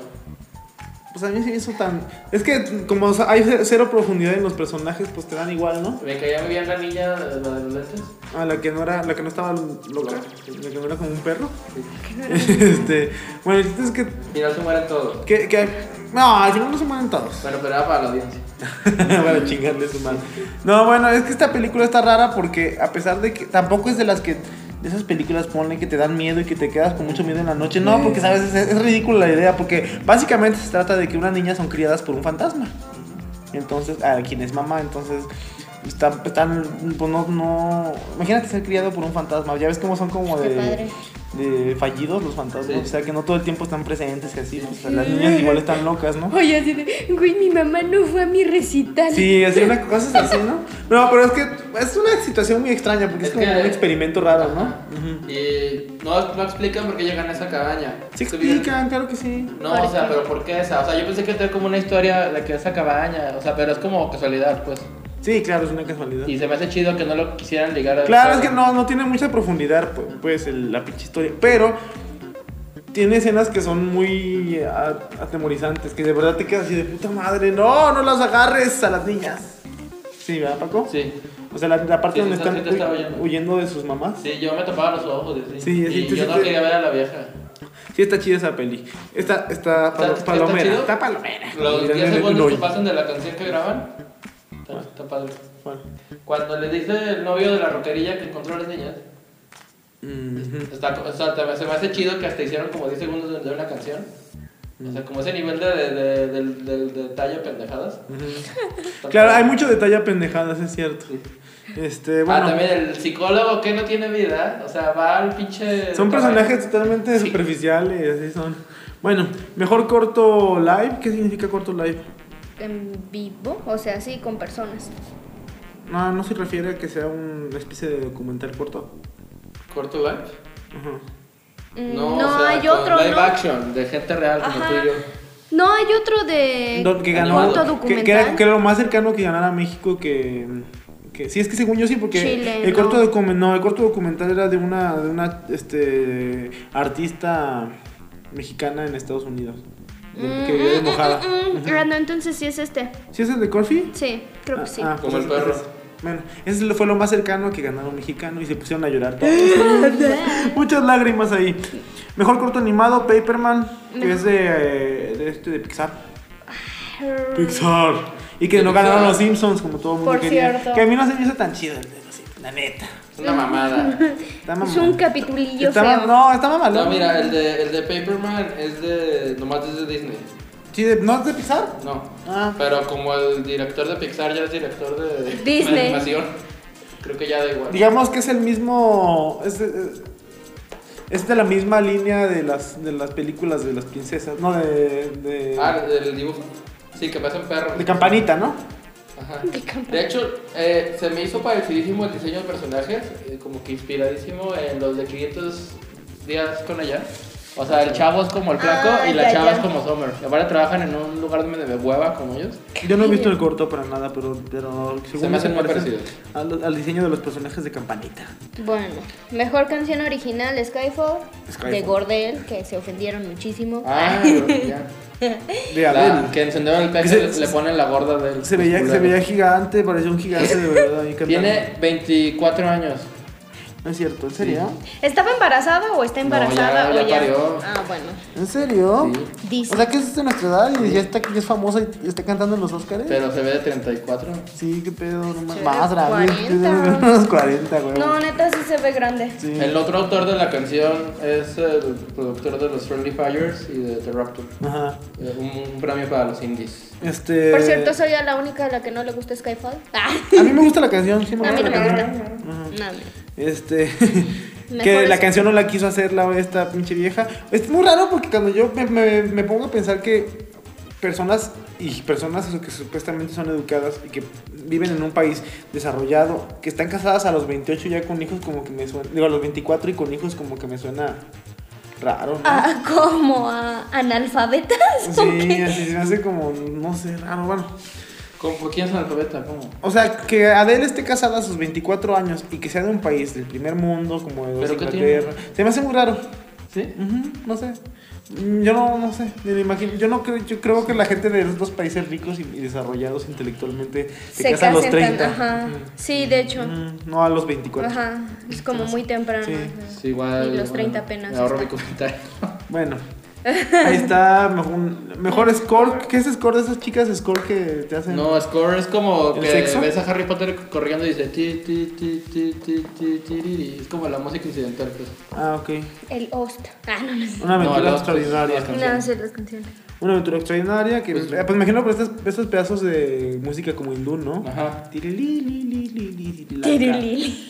D: Pues a mí se me hizo tan. Es que como hay cero profundidad en los personajes, pues te dan igual, ¿no?
F: Me caía muy bien la niña, la de los lentes.
D: A la que no era, la que no estaba loca, la que no era como un perro.
F: Sí.
D: [laughs] este, bueno, el chiste es que,
F: Al final se mueren todos.
D: que, que- no, al final no se mueren todos.
F: Bueno, pero era para la audiencia.
D: [laughs] Para chingarle su madre. No, bueno, es que esta película está rara porque a pesar de que tampoco es de las que de esas películas ponen que te dan miedo y que te quedas con mucho miedo en la noche. No, porque sabes, es, es ridícula la idea porque básicamente se trata de que unas niñas son criadas por un fantasma. Entonces, a quien es mamá, entonces están, están pues no, no, imagínate ser criado por un fantasma. Ya ves cómo son como
E: Qué
D: de,
E: padre.
D: de fallidos los fantasmas,
F: Sí.
D: o sea que no todo el tiempo están presentes y así. pues, las niñas igual están locas, ¿no?
E: Oye, así de, güey, mi mamá no fue a mi recital.
D: Sí, así una cosa es así, ¿no? No, pero es que es una situación muy extraña porque es,
F: Es
D: como
F: que-
D: un experimento raro, ¿no?
F: Ajá. Y no, no explican por qué llegan a esa cabaña.
D: Se
F: Este video-
D: explican, claro que sí.
F: No, o sea, pero ¿por qué esa? O sea, yo pensé que era como una historia de que esa cabaña, o sea, pero es como casualidad, pues.
D: Sí, claro, es una casualidad.
F: Y se me hace chido que no lo quisieran ligar a
D: Claro, es que no, no tiene mucha profundidad, pu- pues, el- la pinche historia. Pero tiene escenas que son muy a- atemorizantes, que de verdad te quedas así de puta madre. No, no las agarres a las niñas. Sí, ¿verdad, Paco?
F: Sí,
D: O sea, la, la parte
F: Sí,
D: donde
F: sí,
D: están
F: sí te estaba
D: hu-
F: oyendo.
D: huyendo de sus mamás.
F: sí, yo me tapaba los ojos, y así.
D: Sí, así
F: y
D: te
F: yo no
D: sientes-
F: quería ver a la vieja.
D: Sí, está chida esa peli. Está, está, palo-
F: está
D: palomera.
F: chido?
D: Está palomera.
F: Los
D: Mira,
F: 10
D: mira,
F: segundos
D: no,
F: que pasan de la canción que graban, está, está padre.
D: bueno.
F: Cuando le dice el novio de la roquerilla que encontró a las niñas,
D: Ujú.
F: Está, o sea, te- se me hace chido que hasta hicieron como 10 segundos de, de una canción. O sea, como ese nivel de, de, de, del- del detalle a pendejadas. Está
D: Claro, hay
F: padre.
D: mucho detalle a pendejadas, es cierto.
F: Sí.
D: Este,
F: Ah,
D: bueno.
F: también el psicólogo que no tiene vida. O sea, va al pinche.
D: Son personajes totalmente
F: Sí.
D: superficiales, así son. Bueno, mejor corto live. ¿Qué significa corto live?
E: En vivo, o sea, sí, con personas.
D: No, no se refiere a que sea una especie de documental corto.
F: Corto live.
D: Ajá.
E: Mm,
F: o sea,
E: hay
F: con
E: otro,
F: Live
E: ¿no?
F: action de gente real como
E: Ajá.
F: tú y yo.
E: No, hay otro de
D: Do- que ganó.
E: corto
D: que,
E: documental.
D: que era, que era lo más cercano que ganara México que. que- sí, es que según yo sí, porque
E: Chile,
D: el
E: ¿no?
D: corto documental, no, el corto documental era de una, de una este, artista mexicana en Estados Unidos. de-
E: Mm,
D: que vivía de
E: mm,
D: mojada.
E: mm, mm, mm. Ah, no, entonces sí es este.
D: ¿Sí es el de Corfi?
E: Sí, creo que sí.
D: Ah, ah,
F: Como
D: pues
F: el
D: ese-
F: perro.
D: ese- Bueno, ese lo- fue lo más cercano que ganaron mexicano y se pusieron a llorar
E: [laughs]
D: todos.
E: Oh,
D: [laughs] Muchas lágrimas ahí. Mejor corto animado, Paperman, que es de, eh, de este de Pixar. Pixar. Y que
F: De
D: no
F: Pixar.
D: ganaron los Simpsons como todo el mundo
E: Por
D: quería.
E: cierto.
D: Que a mí no se me hizo tan chido el de los Simpsons, la neta.
F: Es una
E: [laughs]
F: mamada.
D: Está mamón.
E: es un capitulillo
D: Está ma-
E: feo.
D: No, está mamalón.
F: No, mira, el de, el de Paperman es de. Nomás es de Disney.
D: Sí, de- ¿No es de Pixar?
F: No.
D: Ah.
F: Pero como el director de Pixar ya es director de
E: Disney.
F: animación, creo que ya da igual.
D: Digamos que es el mismo. Es de, es de la misma línea de las, de las películas de las princesas. No, de. de,
F: Ah, del dibujo. Sí, que pasa un perro.
D: de campanita, ¿no?
F: Ajá.
E: De campa-
F: De hecho, eh, se me hizo parecidísimo el diseño de personajes, eh, como que inspiradísimo en los de 500 días con ella. O sea, el chavo es como el flaco
E: Ah,
F: y la
E: ya,
F: chava
E: ya.
F: es como Summer. Y ahora trabajan en un lugar donde me hueva como ellos.
D: Yo no he visto el corto para nada, pero, pero según
F: me hacen muy
D: parece
F: parecidos.
D: al, al diseño de los personajes de Campanita.
E: Bueno, mejor canción original Skyfall,
D: Skyfall.
E: de Gordel, que se ofendieron muchísimo. [laughs]
F: Ah, ya.
D: De
F: La,
D: Adele.
F: que encendieron el pecho
D: Que se-
F: le, le ponen la gorda del.
D: Se veía, se
F: culero.
D: veía gigante, parecía un gigante de verdad ahí cantando.
F: Tiene 24 años.
D: No es cierto, ¿en serio?
E: ¿Estaba embarazada o está
F: No,
E: embarazada? o
F: ya- ya parió.
E: Ah, bueno.
D: ¿En serio?
F: Sí.
E: Dice.
D: O sea, que es de nuestra edad y ya está, ya es famosa y está cantando en los Oscars.
F: Pero se ve de 34.
D: Sí, qué pedo, no más.
E: Sí,
D: Más, Ravi.
E: 40.
D: [laughs] Unos 40, güey.
E: No, neta, sí se ve grande.
D: Sí.
F: El otro autor de la canción es el productor de los Friendly Fires y de The Rapture.
D: Ajá.
F: Eh, Un, un premio para los indies.
D: Este.
E: Por cierto, soy a la única a la que no le gusta Skyfall. [laughs] Ah,
D: A mí me gusta la canción, sí me
E: a mí
D: gusta
E: no
D: la
E: me gusta.
D: canción.
E: No, no. [laughs]
D: Este. que
E: Mejores-
D: la canción no la quiso hacer la, esta pinche vieja. Es muy raro porque cuando yo me, me- me pongo a pensar que personas y personas que supuestamente son educadas y que viven en un país desarrollado, que están casadas a los 28 ya con hijos como que me suena, digo a los 24 y con hijos como que me suena raro, ¿no?
E: Ah, ¿Cómo? ¿A analfabetas? ¿O
D: Sí,
E: qué?
D: así se me hace como, no sé, raro, bueno.
F: ¿Cómo, ¿Quién es analfabeta? ¿Cómo?
D: O sea, que Adele esté casada a sus 24 años y que sea de un país del primer mundo, como de
F: ¿Pero qué
D: Inglaterra, se me hace muy raro.
F: ¿Sí?
D: Ujú, no sé. Mm, Yo no, no sé, ni me imagino. Yo no creo, yo creo que la gente de los dos países ricos y, y desarrollados intelectualmente se,
E: Se
D: casa a los
E: casan tan-
D: 30.
E: Ajá.
D: Ujú.
E: Sí, de hecho.
D: Mm, No a los 24.
E: Ajá. Es como muy temprano.
D: Sí.
E: ajá.
F: Sí, igual.
E: Y los 30
F: bueno,
E: apenas
F: me Ahorro mi
E: está.
F: comentario.
D: Bueno. Ahí está, mejor, mejor score. ¿Qué es score de esas chicas? Score que te hacen.
F: No, Score es como
D: ¿El
F: que
D: sexo?
F: ves a Harry Potter corriendo y dice. Ti, ti, ti, ti, ti, ti, ti, ri, ri. Es como la música incidental. Pues.
D: Ah, ok.
E: El host. Ah, no, no sé.
D: Una
F: No,
D: aventura
F: la-
D: extraordinaria.
F: la-
E: No sé las canciones.
D: Una aventura extraordinaria que.
F: Pues-
D: eh, Pues imagino por estos, estos pedazos de música como hindú, ¿no?
F: Ajá.
D: Tirilililililililalaca.
E: Tirilili.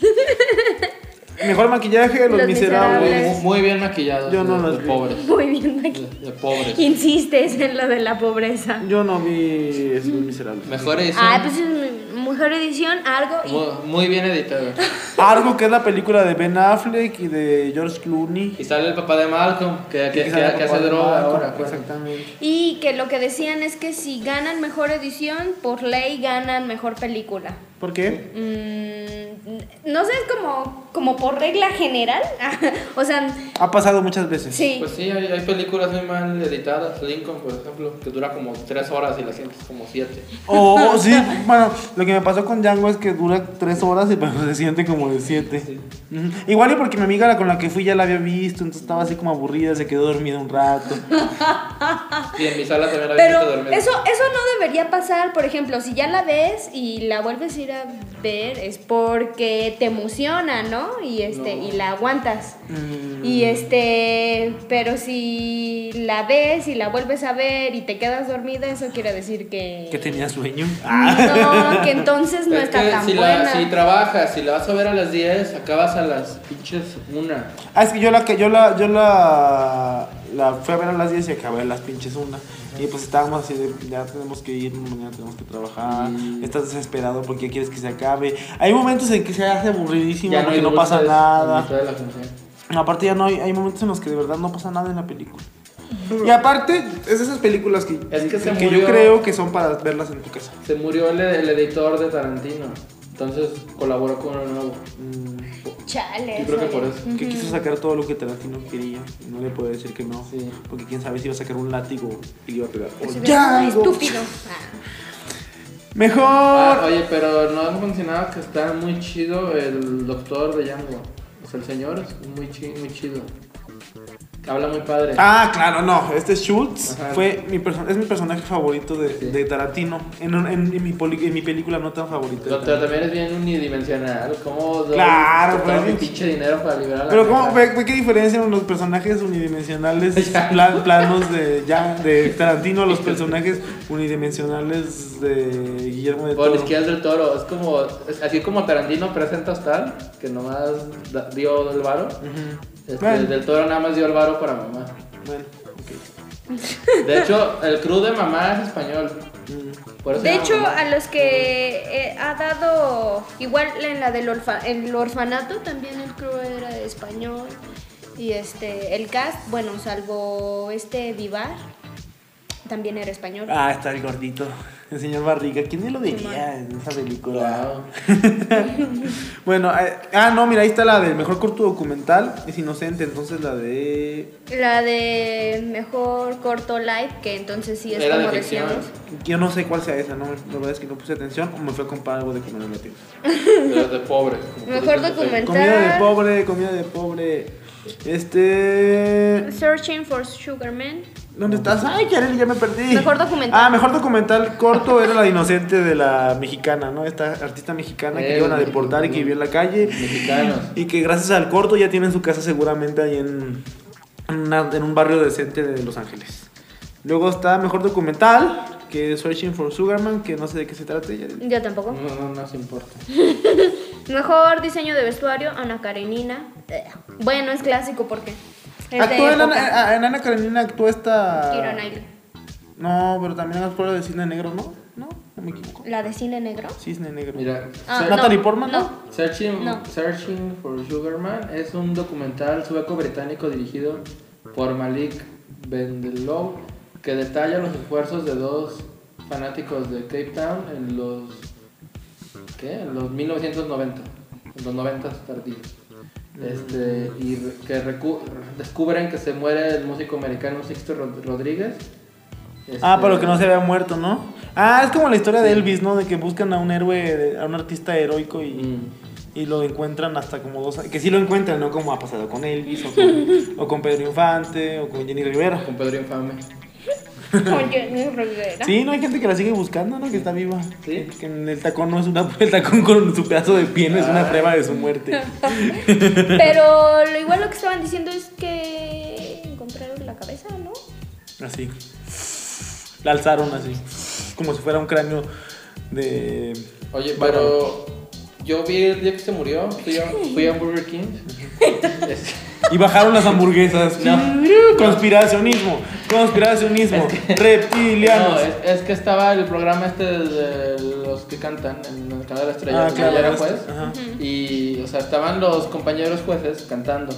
D: Mejor maquillaje, Los,
E: Los
D: Miserables.
E: Miserables.
F: Muy, muy bien maquillados.
D: Yo no
F: de-
D: los
F: de
D: vi.
F: pobres.
E: Muy bien, aquí.
F: De, de pobres.
E: Insistes en lo de la pobreza.
D: Yo no vi Los Miserables.
F: Mejor edición.
E: Ah, pues es mujer edición, algo
F: Mu- muy, bien editado.
D: Algo que es la película de Ben Affleck y de George Clooney.
F: Y sale el papá de Malcolm, que, que, que,
D: Quizá
F: que hace
D: Juan
F: droga
D: Marco,
F: ahora. pues. acuérdate.
D: Exactamente.
E: y, y que lo que decían es que si ganan mejor edición, por ley ganan mejor película.
D: ¿Por qué?
E: Mm, no sé, es como, como por regla general. [laughs] o sea,
D: Ha pasado muchas veces.
E: sí.
F: Pues sí, hay, hay películas muy mal editadas. Lincoln, por ejemplo, que dura como 3 horas y la sientes como 7.
D: O o Oh, sí, bueno, lo que me pasó con Django es que dura tres horas y pero se siente como de siete. Ujú. Igual y porque mi amiga la- con la que fui ya la había visto, entonces estaba así como aburrida, se quedó dormida un rato.
F: Y en mi sala también había visto
E: Pero
F: dormir.
E: eso, eso no debería pasar, por ejemplo, si ya la ves y la vuelves a ir a ver, es porque te emociona, ¿no? Y este,
F: No.
E: y la aguantas.
D: Mm.
E: Y este, pero si la ves y la vuelves a ver y te quedas dormida, eso quiere decir que.
D: Que tenía sueño.
E: No, que entonces no
F: Es
E: está
F: que
E: tan
F: si,
E: buena.
F: La, si trabajas, si la vas a ver a las 10, acabas a las pinches 1.
D: Ah, es que yo la que yo la yo la la fui a ver a las 10 y acabé a las pinches una. Y pues estábamos así de ya tenemos que ir, mañana tenemos que trabajar. Estás desesperado porque ya quieres que se acabe. Hay momentos en que se hace aburridísimo porque no pasa nada. No, aparte ya no hay, hay momentos en los que de verdad no pasa nada en la película. Y aparte, es de esas películas que,
F: Es que se
D: yo
F: murió.
D: creo que son para verlas en tu casa.
F: Se murió el, el editor de Tarantino. Entonces colaboró con uno nuevo.
D: Mm,
E: Chale.
F: Yo creo que
E: eso
F: por
E: ya-
F: eso.
D: que quiso sacar todo lo que Tarantino quería. y No le puedo decir que no.
F: Sí.
D: Porque quién sabe si iba a sacar un látigo y le iba a pegar. ¡Oh,
E: Así de,
D: ya!
E: "Ay, estúpido. Ah.
D: Mejor.
F: Ah, oye, pero no hemos mencionado que está muy chido el doctor de Django. O sea, el señor es muy, chi- muy chido. Habla muy padre.
D: Ah, claro, no. Este Schultz
F: Ajá.
D: fue mi perso- es mi personaje favorito de,
F: Sí.
D: de Tarantino. En, un- en- en mi poli- en mi película no tan favorita. de
F: Pero, pero
D: Tarantino.
F: también es bien unidimensional. ¿Cómo doy
D: Claro,
F: todo
D: pues,
F: mi
D: sí.
F: pinche dinero para liberar a la
D: Pero ¿cómo,
F: neta?
D: ve, ve qué diferencia en los personajes unidimensionales
F: [laughs]
D: plan- planos de, ya, de Tarantino a los personajes unidimensionales de Guillermo de
F: Por
D: Toro.
F: izquierda del toro, es como, es así como Tarantino presenta Star, que nomás da- dio el varo. Este,
D: Bueno.
F: Del toro nada más dio el varo para mamá.
D: Bueno, ok.
F: De hecho, el crew de mamá es español.
D: Mm.
F: Por eso
E: De
F: se llama
E: hecho,
F: Mamá.
E: a los que eh, ha dado, igual en la del orfa- el orfanato, también el crew era español. Y este, el cast, bueno, salvo este Vivar, también era español.
D: Ah, está el gordito. El señor Barriga. ¿Quién me lo diría en esa película?
F: Wow.
D: Bueno, eh, ah, no, mira, ahí está la del mejor corto documental. Es inocente, entonces la de.
E: La de mejor corto live, que entonces sí es
F: Era de
E: como
F: ficción.
E: decíamos.
D: Yo no sé cuál sea esa, no, la verdad es que no puse atención o me fue a comprar algo de comida latina.
F: Pero de pobres. como
E: Mejor
F: tú dices,
E: documental.
D: Comida de pobre, comida de pobre. Este.
E: Searching for Sugar Man.
D: ¿Dónde estás? Ay, Yareli, ya me perdí.
E: Mejor documental.
D: Ah, mejor documental corto [laughs] era La Inocente de la mexicana, ¿no? Esta artista mexicana que
F: Eh,
D: iban a deportar y que vivió en la calle.
F: Mexicanos.
D: Y que gracias al corto ya tienen su casa seguramente ahí en, una- en un barrio decente de Los Ángeles. Luego está Mejor Documental, que es Searching for Sugarman, que no sé de qué se trata. ya-
E: Yo tampoco.
F: No, no, no se importa. Mm.
E: Mejor diseño de vestuario, Ana Karenina. Eh, Bueno, es clásico porque. es de
D: Actúa en
E: época.
D: Ana, ah, en Ana Karenina, actúa
F: ah.
D: esta...
E: Kira Knightley.
D: No, pero también actúa de Cisne Negro, ¿no? No, no me equivoco.
E: La de cine negro.
D: Cisne Negro.
F: Mira,
E: Ah,
F: Ser-
E: no,
D: Natalie Portman, ¿no?
E: No.
F: Searching,
E: No.
F: Searching for Sugarman es un documental sueco-británico dirigido por Malik Bendelow que detalla los esfuerzos de dos fanáticos de Cape Town en los ¿qué? En los 1990, en los 90 tardíos. Este, y re- que recu- descubren que se muere el músico americano Sixto Rod- Rodríguez.
D: Ah,
F: Este,
D: pero que no se había muerto, ¿no? Ah, es como la historia de Elvis, ¿no? De que buscan a un héroe, de- a un artista heroico y,
F: Mm.
D: y lo encuentran hasta como dos años. Que sí lo encuentran, ¿no? Como ha pasado con Elvis, o con, o con Pedro Infante, o con Jenny Rivera.
F: con Pedro Infame.
E: [laughs] Oye, no es Rivera.
D: Sí, no hay gente que la sigue buscando, ¿no? Que está viva.
F: Sí.
D: Que en el tacón no es una. [laughs] El tacón con su pedazo de piel no es
F: Ah.
D: una prueba de su muerte.
E: Pero lo igual lo que estaban diciendo es que encontraron la cabeza, ¿no?
D: Así. La alzaron así. Como si fuera un cráneo de.
F: Oye, pero yo vi el día que se murió, fui a, fui a Burger King.
D: [laughs]
F: Es-
D: Y bajaron las hamburguesas.
F: No.
D: [laughs] Conspiracionismo. Conspiracionismo. Reptilianos.
F: no, es, es que estaba el programa este de, de los que cantan en el canal de la estrella,
D: Ah,
F: donde
D: claro,
F: yo era
D: este,
F: juez.
D: ajá.
F: Y, o sea, estaban los compañeros jueces cantando.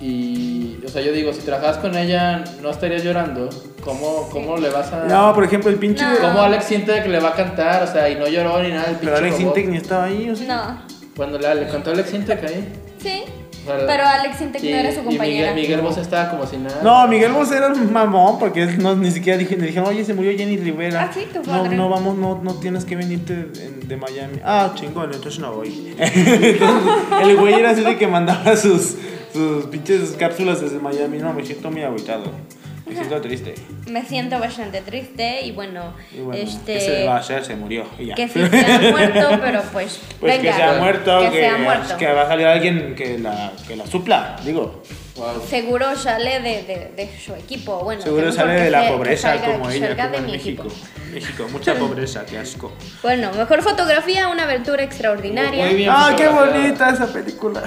F: Y, o sea, yo digo, si trabajas con ella, no estarías llorando. ¿Cómo, cómo le vas a.?
D: No, por ejemplo, el pinche.
E: No.
F: ¿Cómo Alex siente que le va a cantar? O sea, y no lloró ni nada. El
D: Pero
F: pinche
D: Alex
F: robot.
D: Intec ni estaba ahí, o sea.
E: No.
F: Cuando le, le cantó Alex Intec ahí.
E: Sí.
F: o sea,
E: Pero Alex Intec no
F: y-
E: era su compañera.
F: Y Miguel, Miguel Bosé estaba como si nada.
D: No, Miguel Bosé era un mamón porque él no, ni siquiera dije, le dijeron, oye, se murió Jenny Rivera.
E: Ah, sí, qué
D: no,
E: padre.
D: no vamos, no, no tienes que venirte de, de Miami. Ah, chingón, entonces no voy. [laughs] Entonces, el güey era así de que mandaba sus, sus pinches cápsulas desde Miami. No, me siento muy agüitado. Me siento triste.
E: Me siento bastante triste y bueno,
D: Y bueno,
E: este.
D: ¿qué se le va a hacer? Se murió. y ya.
E: que sí se ha muerto, pero pues.
D: [laughs] Pues
E: venga,
D: que se ha muerto, que,
E: Que, se ha muerto.
D: que va a salir alguien que la, que la supla, digo.
F: Wow.
E: Seguro sale de, de, de su equipo. Bueno, que
D: Seguro
E: mejor
D: sale
E: que
D: de la
E: se- que
D: pobreza
E: salga-
D: como
E: que
D: ella,
E: salga
D: como
E: de
D: en
E: mi
D: México.
E: equipo.
D: México, mucha pobreza, qué asco.
E: Bueno, mejor fotografía, una aventura extraordinaria.
F: Muy bien.
D: Ah, qué
F: fotografía.
D: bonita esa película.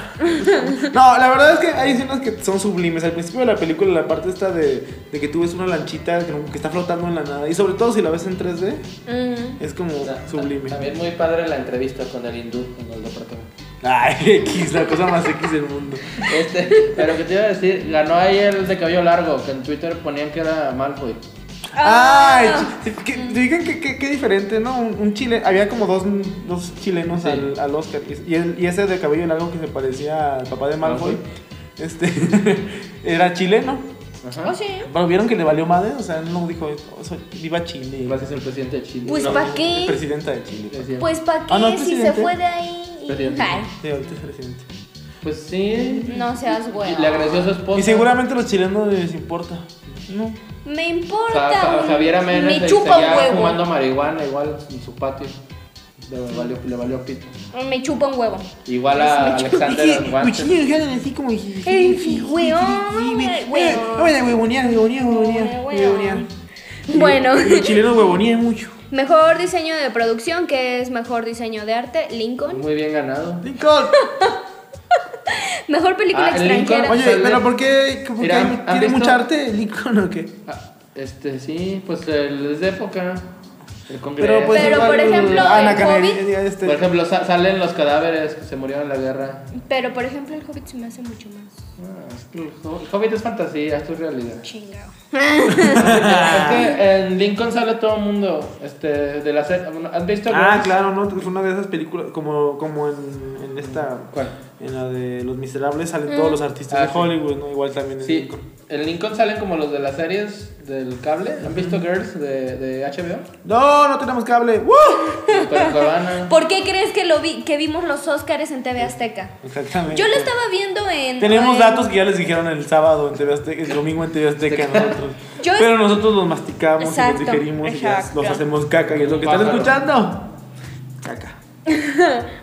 D: No, la verdad es que hay escenas que son sublimes. Al principio de la película, la parte esta de, de que tú ves una lanchita que, que está flotando en la nada. Y sobre todo si la ves en 3D,
E: Mm.
D: es como
F: O sea,
D: sublime.
F: También muy padre la entrevista con el hindú en el departamento.
D: Ay, [laughs] X, la cosa más X del mundo.
F: Este, [laughs] pero que te iba a decir, ganó ahí el de cabello largo, que en Twitter ponían que era Malfoy.
D: Ay,
E: Ah.
D: ch- que- digan que que- qué diferente, ¿no? Un, un chile, había como dos, dos chilenos
F: Sí.
D: al, al Oscar y, y el- y ese de cabello largo que se parecía al papá de Malfoy,
F: Malfoy.
D: este, era chileno.
F: Ajá.
E: Oh, sí.
D: Pero vieron que le valió madre, o sea, él no dijo, "Oh, soy- viva Chile.
F: Y vas a ser el presidente de Chile.
E: Pues
F: No,
E: pa' qué.
D: Presidenta de Chile.
F: decía.
E: Pues para qué
D: Ah, no,
E: si se
D: presidente.
E: fue de ahí.
F: Presidente.
E: Ay,
D: Sí, ahorita es presidente.
F: Pues sí.
E: no seas güey.
F: Y le agradeció a su esposa.
D: Y seguramente a los chilenos les importa. No.
E: Me
F: O sea,
E: importa.
F: Ja- Javier Amenes
E: Me
F: se-
E: chupa
F: seguía
E: un huevo.
F: fumando marihuana igual en su patio. Le valió, le valió pito.
E: Me chupa un huevo.
F: Igual a Alexander Guantes.
D: Cuchillo, dejaron así como.
E: Ey, weón, weón.
D: Bueno, huevonean, huevonean, huevonean.
E: Weón.
D: Huevonean.
E: Bueno. [laughs]
D: Los chilenos huevonean mucho.
E: Mejor diseño de producción, que es mejor diseño de arte, Lincoln.
F: Muy bien ganado.
D: Lincoln.
E: Mejor película
F: Ah, el
E: extranjera.
F: Lincoln.
D: Oye, pero ¿por qué? ¿Por qué
F: Mira, ¿han
D: ¿Tiene
F: visto?
D: mucha arte Lincoln o qué?
F: Ah, este sí, pues el- es de época. El Congreso.
E: pues, Pero, por ejemplo, eh,
D: Ana
E: el
D: Canel-
E: Hobbit-
D: este-
F: Por ejemplo, sa- salen los cadáveres que se murieron en la guerra.
E: Pero por ejemplo, el Hobbit se me hace mucho más
F: Ah, es que El Hob- el Hobbit es fantasía, esto
E: [laughs]
F: es realidad.
E: chingado. Ah.
F: es que en Lincoln sale todo el mundo. Este, de la serie. bueno, ¿Has visto?
D: Ah,
F: Girls?
D: claro, no, es una de esas películas como, como en, en esta
F: ¿Cuál?
D: en la de Los Miserables salen
E: Mm.
D: todos los artistas
F: Ah,
D: de
F: sí.
D: Hollywood, ¿no? Igual también en
F: Sí,
D: Lincoln.
F: en Lincoln salen como los de las series del cable. ¿Han visto Girls de, de HBO?
D: No, no tenemos cable. ¡Woo!
E: [laughs]
F: Pero Cuevana.
E: ¿Por qué crees que lo vi que vimos los Óscares en TV Azteca?
D: Exactamente.
E: Yo lo estaba viendo en
D: Tenemos
E: en-
D: datos que ya les dijeron el sábado en TV Azteca, el domingo en TV Azteca a nosotros.
E: [laughs] Yo-
D: Pero nosotros los masticamos y
E: Exacto,
D: los digerimos y ya
A: exacto.
D: los hacemos caca y es lo que están
F: Pájaro.
D: escuchando. Caca.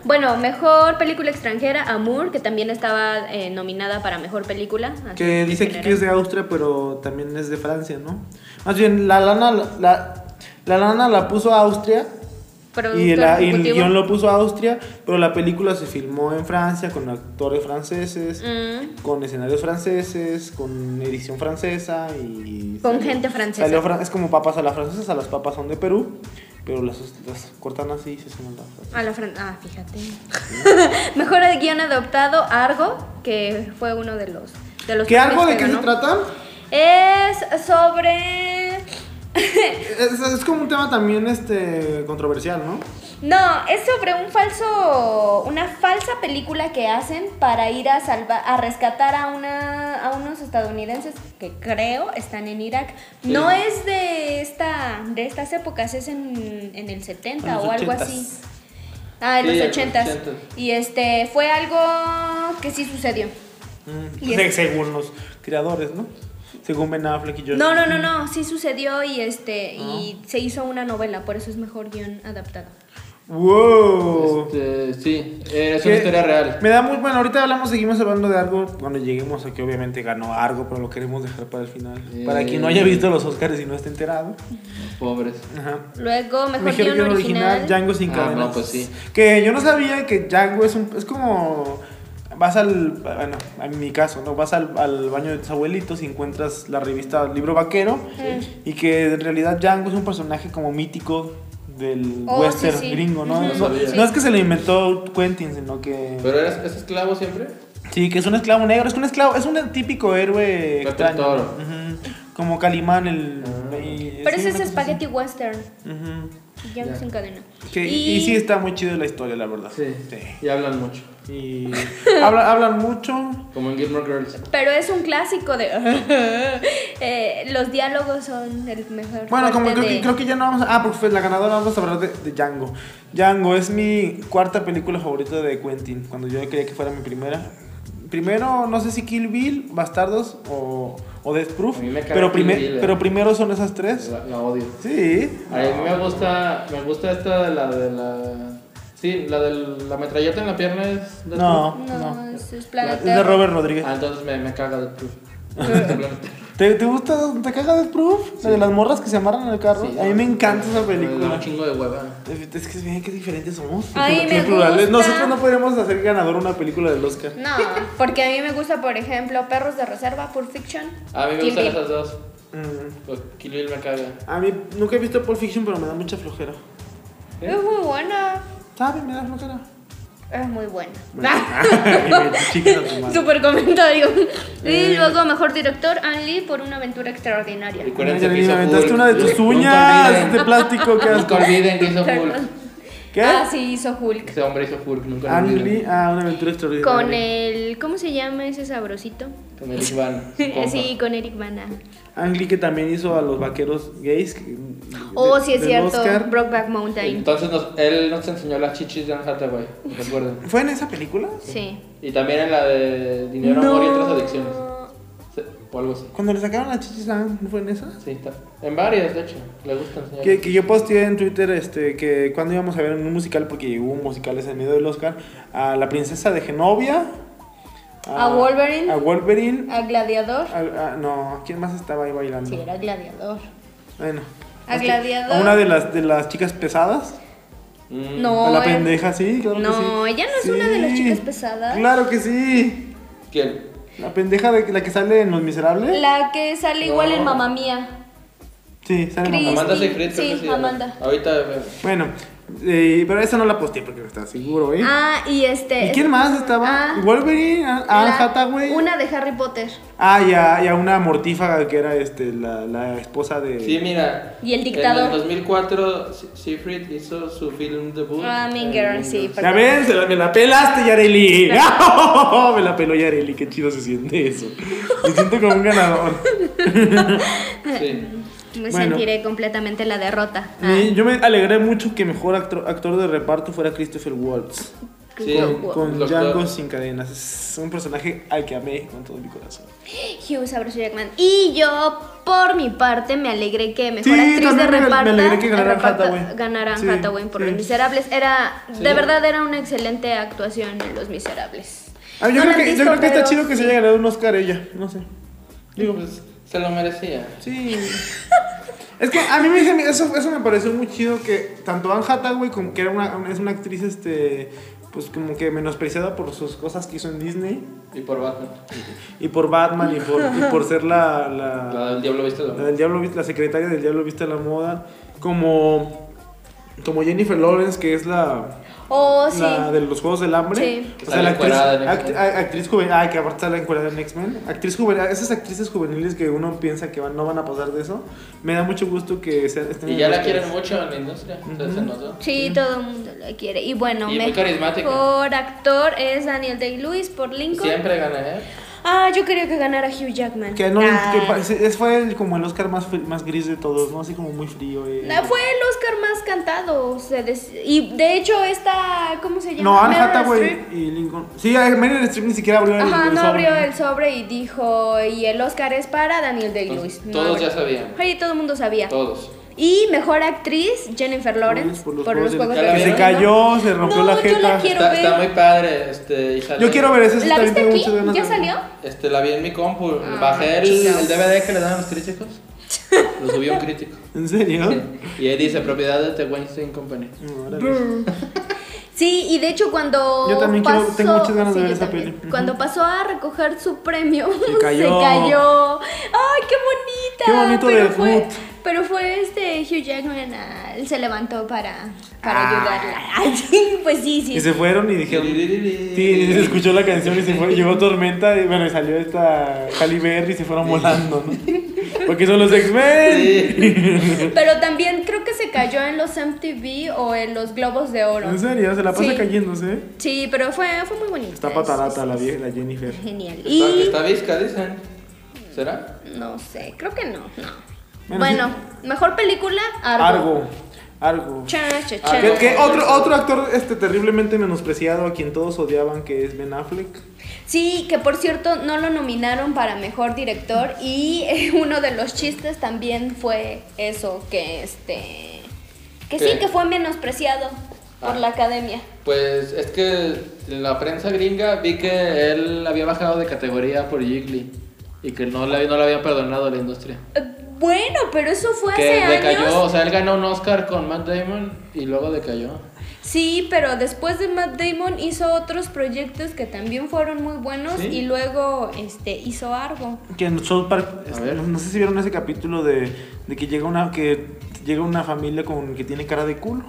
E: Bueno, mejor película extranjera, Amour, que también estaba eh, nominada para mejor película. así
D: Que
E: en
D: dice aquí que
E: general.
D: es de Austria, pero también es de Francia, ¿no? Más bien, la lana la, la lana la puso Austria y,
E: Productor
D: la- y el
E: ejecutivo.
D: guión lo puso Austria, pero la película se filmó en Francia con actores franceses,
E: Mm,
D: con escenarios franceses, con edición francesa y...
E: Con
D: salió-
E: gente francesa.
D: salió fran- es como papas a las francesas, las papas son de Perú, pero las, las cortan así y se suman las
E: A la fran- Ah, fíjate. [laughs] mejor guión adoptado, Argo, que fue uno de los. De los
D: ¿Qué
E: premios
D: algo de
E: que
D: qué se
E: ganó.
D: trata?
E: Es sobre.
D: Es, es como un tema también este controversial, ¿no?
E: No, es sobre un falso, una falsa película que hacen para ir a salvar, a rescatar a una, a unos estadounidenses que creo están en Irak.
F: Sí.
E: No es de esta, de estas épocas, es en, en el 70
D: En los
E: o algo
D: 80s.
E: así. Ah, en
F: Sí, en
E: los
F: los
E: 80
F: 80s.
E: Y este fue algo que sí sucedió.
D: Mm,
E: Y
D: se-
E: es-
D: Según los creadores, ¿no? Según Ben Affleck y George
E: No, no, no, no, sí sucedió y este y se hizo una novela, por eso es mejor guión adaptado.
D: ¡Wow!
F: Este, sí, eh, es una
D: Que
F: historia real.
D: Me da muy bueno. Ahorita hablamos, seguimos hablando de algo. Cuando lleguemos aquí, obviamente ganó algo, pero lo queremos dejar para el final.
F: Eh.
D: Para quien no haya visto los Oscars y no esté enterado.
F: Pobres.
D: Ajá.
E: Luego mejor,
D: Mejor
E: guión
D: guion
E: original.
D: Django sin
F: Ah,
D: cadenas.
F: no, pues sí.
D: Que yo no sabía que Django es un es como vas al bueno, en mi caso, no vas al, al baño de tus abuelitos y encuentras la revista Libro Vaquero y que en realidad Django es un personaje como mítico del
E: Oh,
D: western
E: sí, sí.
D: gringo, ¿no?
E: Ujú,
D: Eso-
F: sí.
D: No es que se lo inventó Quentin, sino que
F: ¿Pero eres, es esclavo siempre?
D: Sí, que es un esclavo negro, es que un esclavo, es un típico héroe
F: Pepe
D: extraño.
F: Toro.
D: Ujú, Como Calimán el
F: Ah.
D: y-
E: Pero
D: sí,
E: ese es
D: una cosa así.
E: espagueti western.
D: Ujú.
E: Ya
F: Ya.
E: sin cadena.
D: Que- y, y sí está muy chido la historia, la verdad.
F: Y hablan mucho.
D: Y habla- hablan mucho.
F: Como en Gilmore Girls.
E: Pero es un clásico de. [laughs] Eh, los diálogos son el mejor.
D: Bueno, como
E: parte
D: creo que,
E: de-
D: creo que ya no vamos a... Ah, porque fue la ganadora, vamos a hablar de, de Django. Django es mi cuarta película favorita de Quentin, cuando yo creía que fuera mi primera. Primero, no sé si Kill Bill, Bastardos o, o Death Proof,
F: A mí me caga
D: pero,
F: Kill
D: prime-
F: Bill, eh.
D: pero primero son esas tres.
F: La, la odio.
D: Sí.
F: A mí me gusta, me gusta esta de la de la... Sí, la de la metralleta en la pierna es... de-
D: No,
E: No,
D: no.
E: es, es
D: Es
E: planeta.
D: de Robert Rodríguez.
F: Ah, entonces me, me caga
D: [laughs]
F: de proof.
D: ¿Te, te gusta? ¿Te caga Death Proof? La de las morras que se amarran en el carro.
F: Sí,
D: a mí me encanta esa
F: Me da
D: película.
F: un chingo de hueva.
D: Es que vean qué diferentes somos.
E: Ay,
D: Qué
E: me
D: plurales.
E: gusta.
D: Nosotros no podríamos hacer ganador una película del Oscar.
E: No, porque a mí me gusta, por ejemplo, Perros de Reserva, Pulp Fiction.
F: A mí me
E: Kill
F: gustan
E: Bill.
F: esas dos.
D: Mm.
F: Pues Kill Bill me caga.
D: A mí nunca he visto Pulp Fiction, pero me da mucha flojera.
F: ¿eh?
E: Es muy buena.
D: ¿Sabes? Me da flojera.
E: Es muy buena.
D: [laughs] Bueno, chiquen a tu madre.
E: Super comentario.
D: Eh.
E: Y luego, mejor director, Ann Lee por una aventura extraordinaria.
F: Recuérdense que
D: Yareli,
F: hizo
D: me aventaste
F: Hulk.
D: una de tus
F: Nunca
D: uñas
F: olviden.
D: de plástico
F: [laughs]
D: que
F: Nunca
D: asco.
F: olviden que hizo Hulk.
D: ¿Qué?
E: Ah, sí, hizo Hulk.
F: Ese hombre hizo Hulk, nunca lo
D: Annie
F: olviden.
D: Lee, ah, una aventura extraordinaria.
E: Con el. ¿Cómo se llama ese sabrosito?
F: Con Eric Van. su
E: [laughs]
F: compa.
E: Sí, con Eric Bana.
D: Ang Lee que también hizo a los vaqueros gays. que-
E: Oh,
D: de-
E: sí es
D: del
E: cierto.
D: Oscar.
E: Brokeback Mountain.
F: Entonces nos- él nos enseñó las chichis de Anne Hathaway, recuerden.
D: ¿Fue en esa película?
E: Sí.
F: Y también en la de Dinero, Amor y otras adicciones. Se- O algo así.
D: Cuando le sacaron la chichis, ah, ¿no fue en esa?
F: Sí, está. En varias, de hecho. Le gusta enseñar.
D: Que, que yo posteé en Twitter este, que cuando íbamos a ver un musical, porque hubo musicales en medio del Oscar, a La Princesa de Genovia.
E: A Wolverine.
D: A Wolverine.
E: A Gladiador.
D: a- a- no, ¿quién más estaba ahí bailando?
E: Sí, era Gladiador.
D: Bueno.
E: A
D: es que-
E: Gladiador.
D: A una de las, de las chicas pesadas.
F: Mm.
E: No.
D: a la
E: eh,
D: pendeja, sí, claro que
E: No,
D: sí.
E: ella no es una de las
D: Sí,
E: chicas pesadas.
D: Claro que sí.
F: ¿Quién?
D: ¿Eh? La pendeja de la que sale en Los Miserables.
E: La que sale igual en
F: No.
E: Mamá Mía.
D: Sí, sale
E: Cris.
D: Amanda.
F: Amanda Seyfried, creo
E: Sí,
F: que se llama.
E: Amanda.
F: Ahorita, eh,
D: Bueno, eh, pero esa no la posteé porque no estaba seguro, ¿eh?
E: Ah, y este.
D: ¿Y quién más estaba?
E: Ah,
D: Wolverine, Anne
E: la-
D: Hathaway.
E: Una de Harry Potter.
D: Ah, y a, y a una mortífaga que era este, la, la esposa de.
F: sí, mira.
E: Y el dictador.
F: En el 2004, Se- Seyfried hizo su film debut.
E: Ah, Mean
F: eh,
E: Girls, sí,
D: Ya ven, se la- me la pelaste,
E: [laughs]
D: Yareli. [laughs] Oh, me la peló Yareli, qué chido se siente eso. Me siento como un ganador.
F: Sí.
E: Me
D: Bueno.
E: sentiré completamente la derrota. Ah,
D: Me- yo me alegré mucho que mejor actor, actor de reparto fuera Christopher Waltz.
E: Ah,
F: Sí.
E: wow, wow.
D: Con
F: Doctor.
D: Django sin cadenas. Es un personaje al que amé con todo mi corazón.
E: Hugh Sabrosur Jackman. Y yo, por mi parte, me alegré que mejor
D: Sí,
E: actriz de
D: también me- me
E: reparto,
D: alegré que ganara
E: reparto-
D: Hathaway.
E: ganara
D: Sí,
E: Hathaway por
D: sí.
E: Los Miserables. Era,
F: Sí.
E: de verdad, era una excelente actuación en Los Miserables.
D: Ah, yo,
E: No
D: creo
E: la han
D: que, yo
E: visto,
D: creo que está
E: pero
D: chido que se
E: sí.
D: haya ganado un Oscar ella. No sé. Digo,
F: Pues, se lo merecía.
D: Sí. Es que a mí me dice, eso, eso me pareció muy chido que tanto Anne Hathaway como que era una, una- es una actriz este pues como que menospreciada por sus cosas que hizo en Disney
F: Y por Batman.
D: y por Batman y por, y por ser la, la,
F: La del Diablo Viste
D: la del diablo Viste- la secretaria del diablo viste a la moda como como Jennifer Lawrence que es la
E: Oh, sí.
D: la de los Juegos del Hambre.
E: Sí.
F: Que sale encuerada en
D: act-
F: X-Men.
D: a- actriz juvenil. Ah, que aparte sale encuerada en X-Men. Actriz juvenil. Esas actrices juveniles que uno piensa que van- no van a pasar de eso. Me da mucho gusto que sean. estén
F: Y
D: en
F: ya
D: los
F: la quieren
D: Oscars.
F: mucho en la industria. o sea, se notó.
E: Sí, todo el mundo lo quiere. Y bueno,
F: Y muy carismática.
E: mejor actor es Daniel Day-Lewis por Lincoln.
F: Siempre gana, ¿eh?
E: Ah, yo quería que ganara Hugh Jackman.
D: Que no,
E: Ah.
D: que pa- ese- ese fue el- como el Oscar más, fri- más gris de todos, ¿no? Así como muy frío. eh.
E: Ah, Fue el Oscar más cantado. se des- Y de hecho, esta. ¿Cómo se llama?
D: No, Anne
E: Meryl
D: Hathaway
E: Streep.
D: y Lincoln. Sí, ay, Meryl Streep ni siquiera abrió el-
E: Ajá,
D: el
E: no
D: sobre,
E: abrió el sobre y dijo. Y el Oscar es para Daniel Day-Lewis.
F: Entonces,
E: No
F: todos
E: abrió.
F: ya sabían.
E: Sí, todo el mundo sabía.
F: Todos.
E: Y mejor actriz, Jennifer Lawrence. Por los, Juegos
F: del-
E: del
F: que se
E: Hambre.
D: cayó, se rompió
E: No,
D: la
E: Yo la
D: jeta.
E: quiero
F: Está,
E: ver.
F: está muy padre. Este, y sale-
D: Yo quiero ver eso. eso
E: ¿La
D: también
E: viste
D: tengo
E: aquí?
D: muchas ganas
E: ¿Ya
D: de verlo.
E: salió?
F: Este, la vi en mi compu.
E: Ah,
F: Bajé el,
E: chicas.
F: el DVD que le dan a
E: [laughs]
F: los críticos. Lo subió un crítico.
D: ¿En serio? Mm,
F: Y ahí dice propiedad de The Weinstein Company.
D: Órale.
E: Sí, y de hecho cuando
D: Yo también quiero-
E: pasó-
D: tengo muchas ganas de
E: Sí,
D: ver
E: yo
D: esa
E: también.
D: peli.
E: Cuando pasó a recoger su premio,
D: Se cayó.
E: [laughs] se cayó. ¡Ay, qué bonita!
D: Qué bonito
E: pero
D: de
E: fue,
D: Ruth.
E: pero fue este Hugh Jackman, ah, él se levantó para, para
D: Ah.
E: ayudarla. [laughs] Ay, sí, pues sí, sí.
D: Y se fueron y dijeron. Sí, se escuchó la canción y se fue, llegó Tormenta y bueno, y salió esta Halle Berry y se fueron volando, ¿no? Porque son los X-Men.
F: Sí.
E: Pero también creo que se cayó en los MTV o en los Globos de Oro.
D: En serio, se la pasa
E: Sí.
D: cayéndose.
E: Sí, pero fue, fue muy bonito.
D: Está
E: Es-
D: patarata
E: es-
D: la vieja, la Jennifer.
E: Genial.
F: Está,
E: y
F: está visca, dicen. ¿Será?
E: no sé, creo que no. no.
D: Bueno,
E: Bueno, mejor película,
D: Argo. Argo.
E: Cha, cha, cha.
D: Que, que otro, otro actor este, terriblemente menospreciado a quien todos odiaban que es Ben Affleck.
E: Sí, que por cierto no lo nominaron para mejor director y [laughs] eh, uno de los chistes también fue eso, que este... Que sí,
F: ¿Qué?
E: que fue menospreciado por
F: Ah.
E: la academia.
F: Pues es que en la prensa gringa vi que él había bajado de categoría por Jiggly y que no le, no le habían perdonado a la industria.
E: Eh, Bueno, pero eso fue hace
F: Que decayó,
E: años.
F: o sea, él ganó un Oscar con Matt Damon y luego decayó.
E: Sí, pero después de Matt Damon hizo otros proyectos que también fueron muy buenos
F: ¿Sí?
E: y luego este hizo algo.
D: Que en South Park,
F: A ver.
D: no, no sé si vieron ese capítulo de, de que llega una que llega una familia con que tiene cara de culo.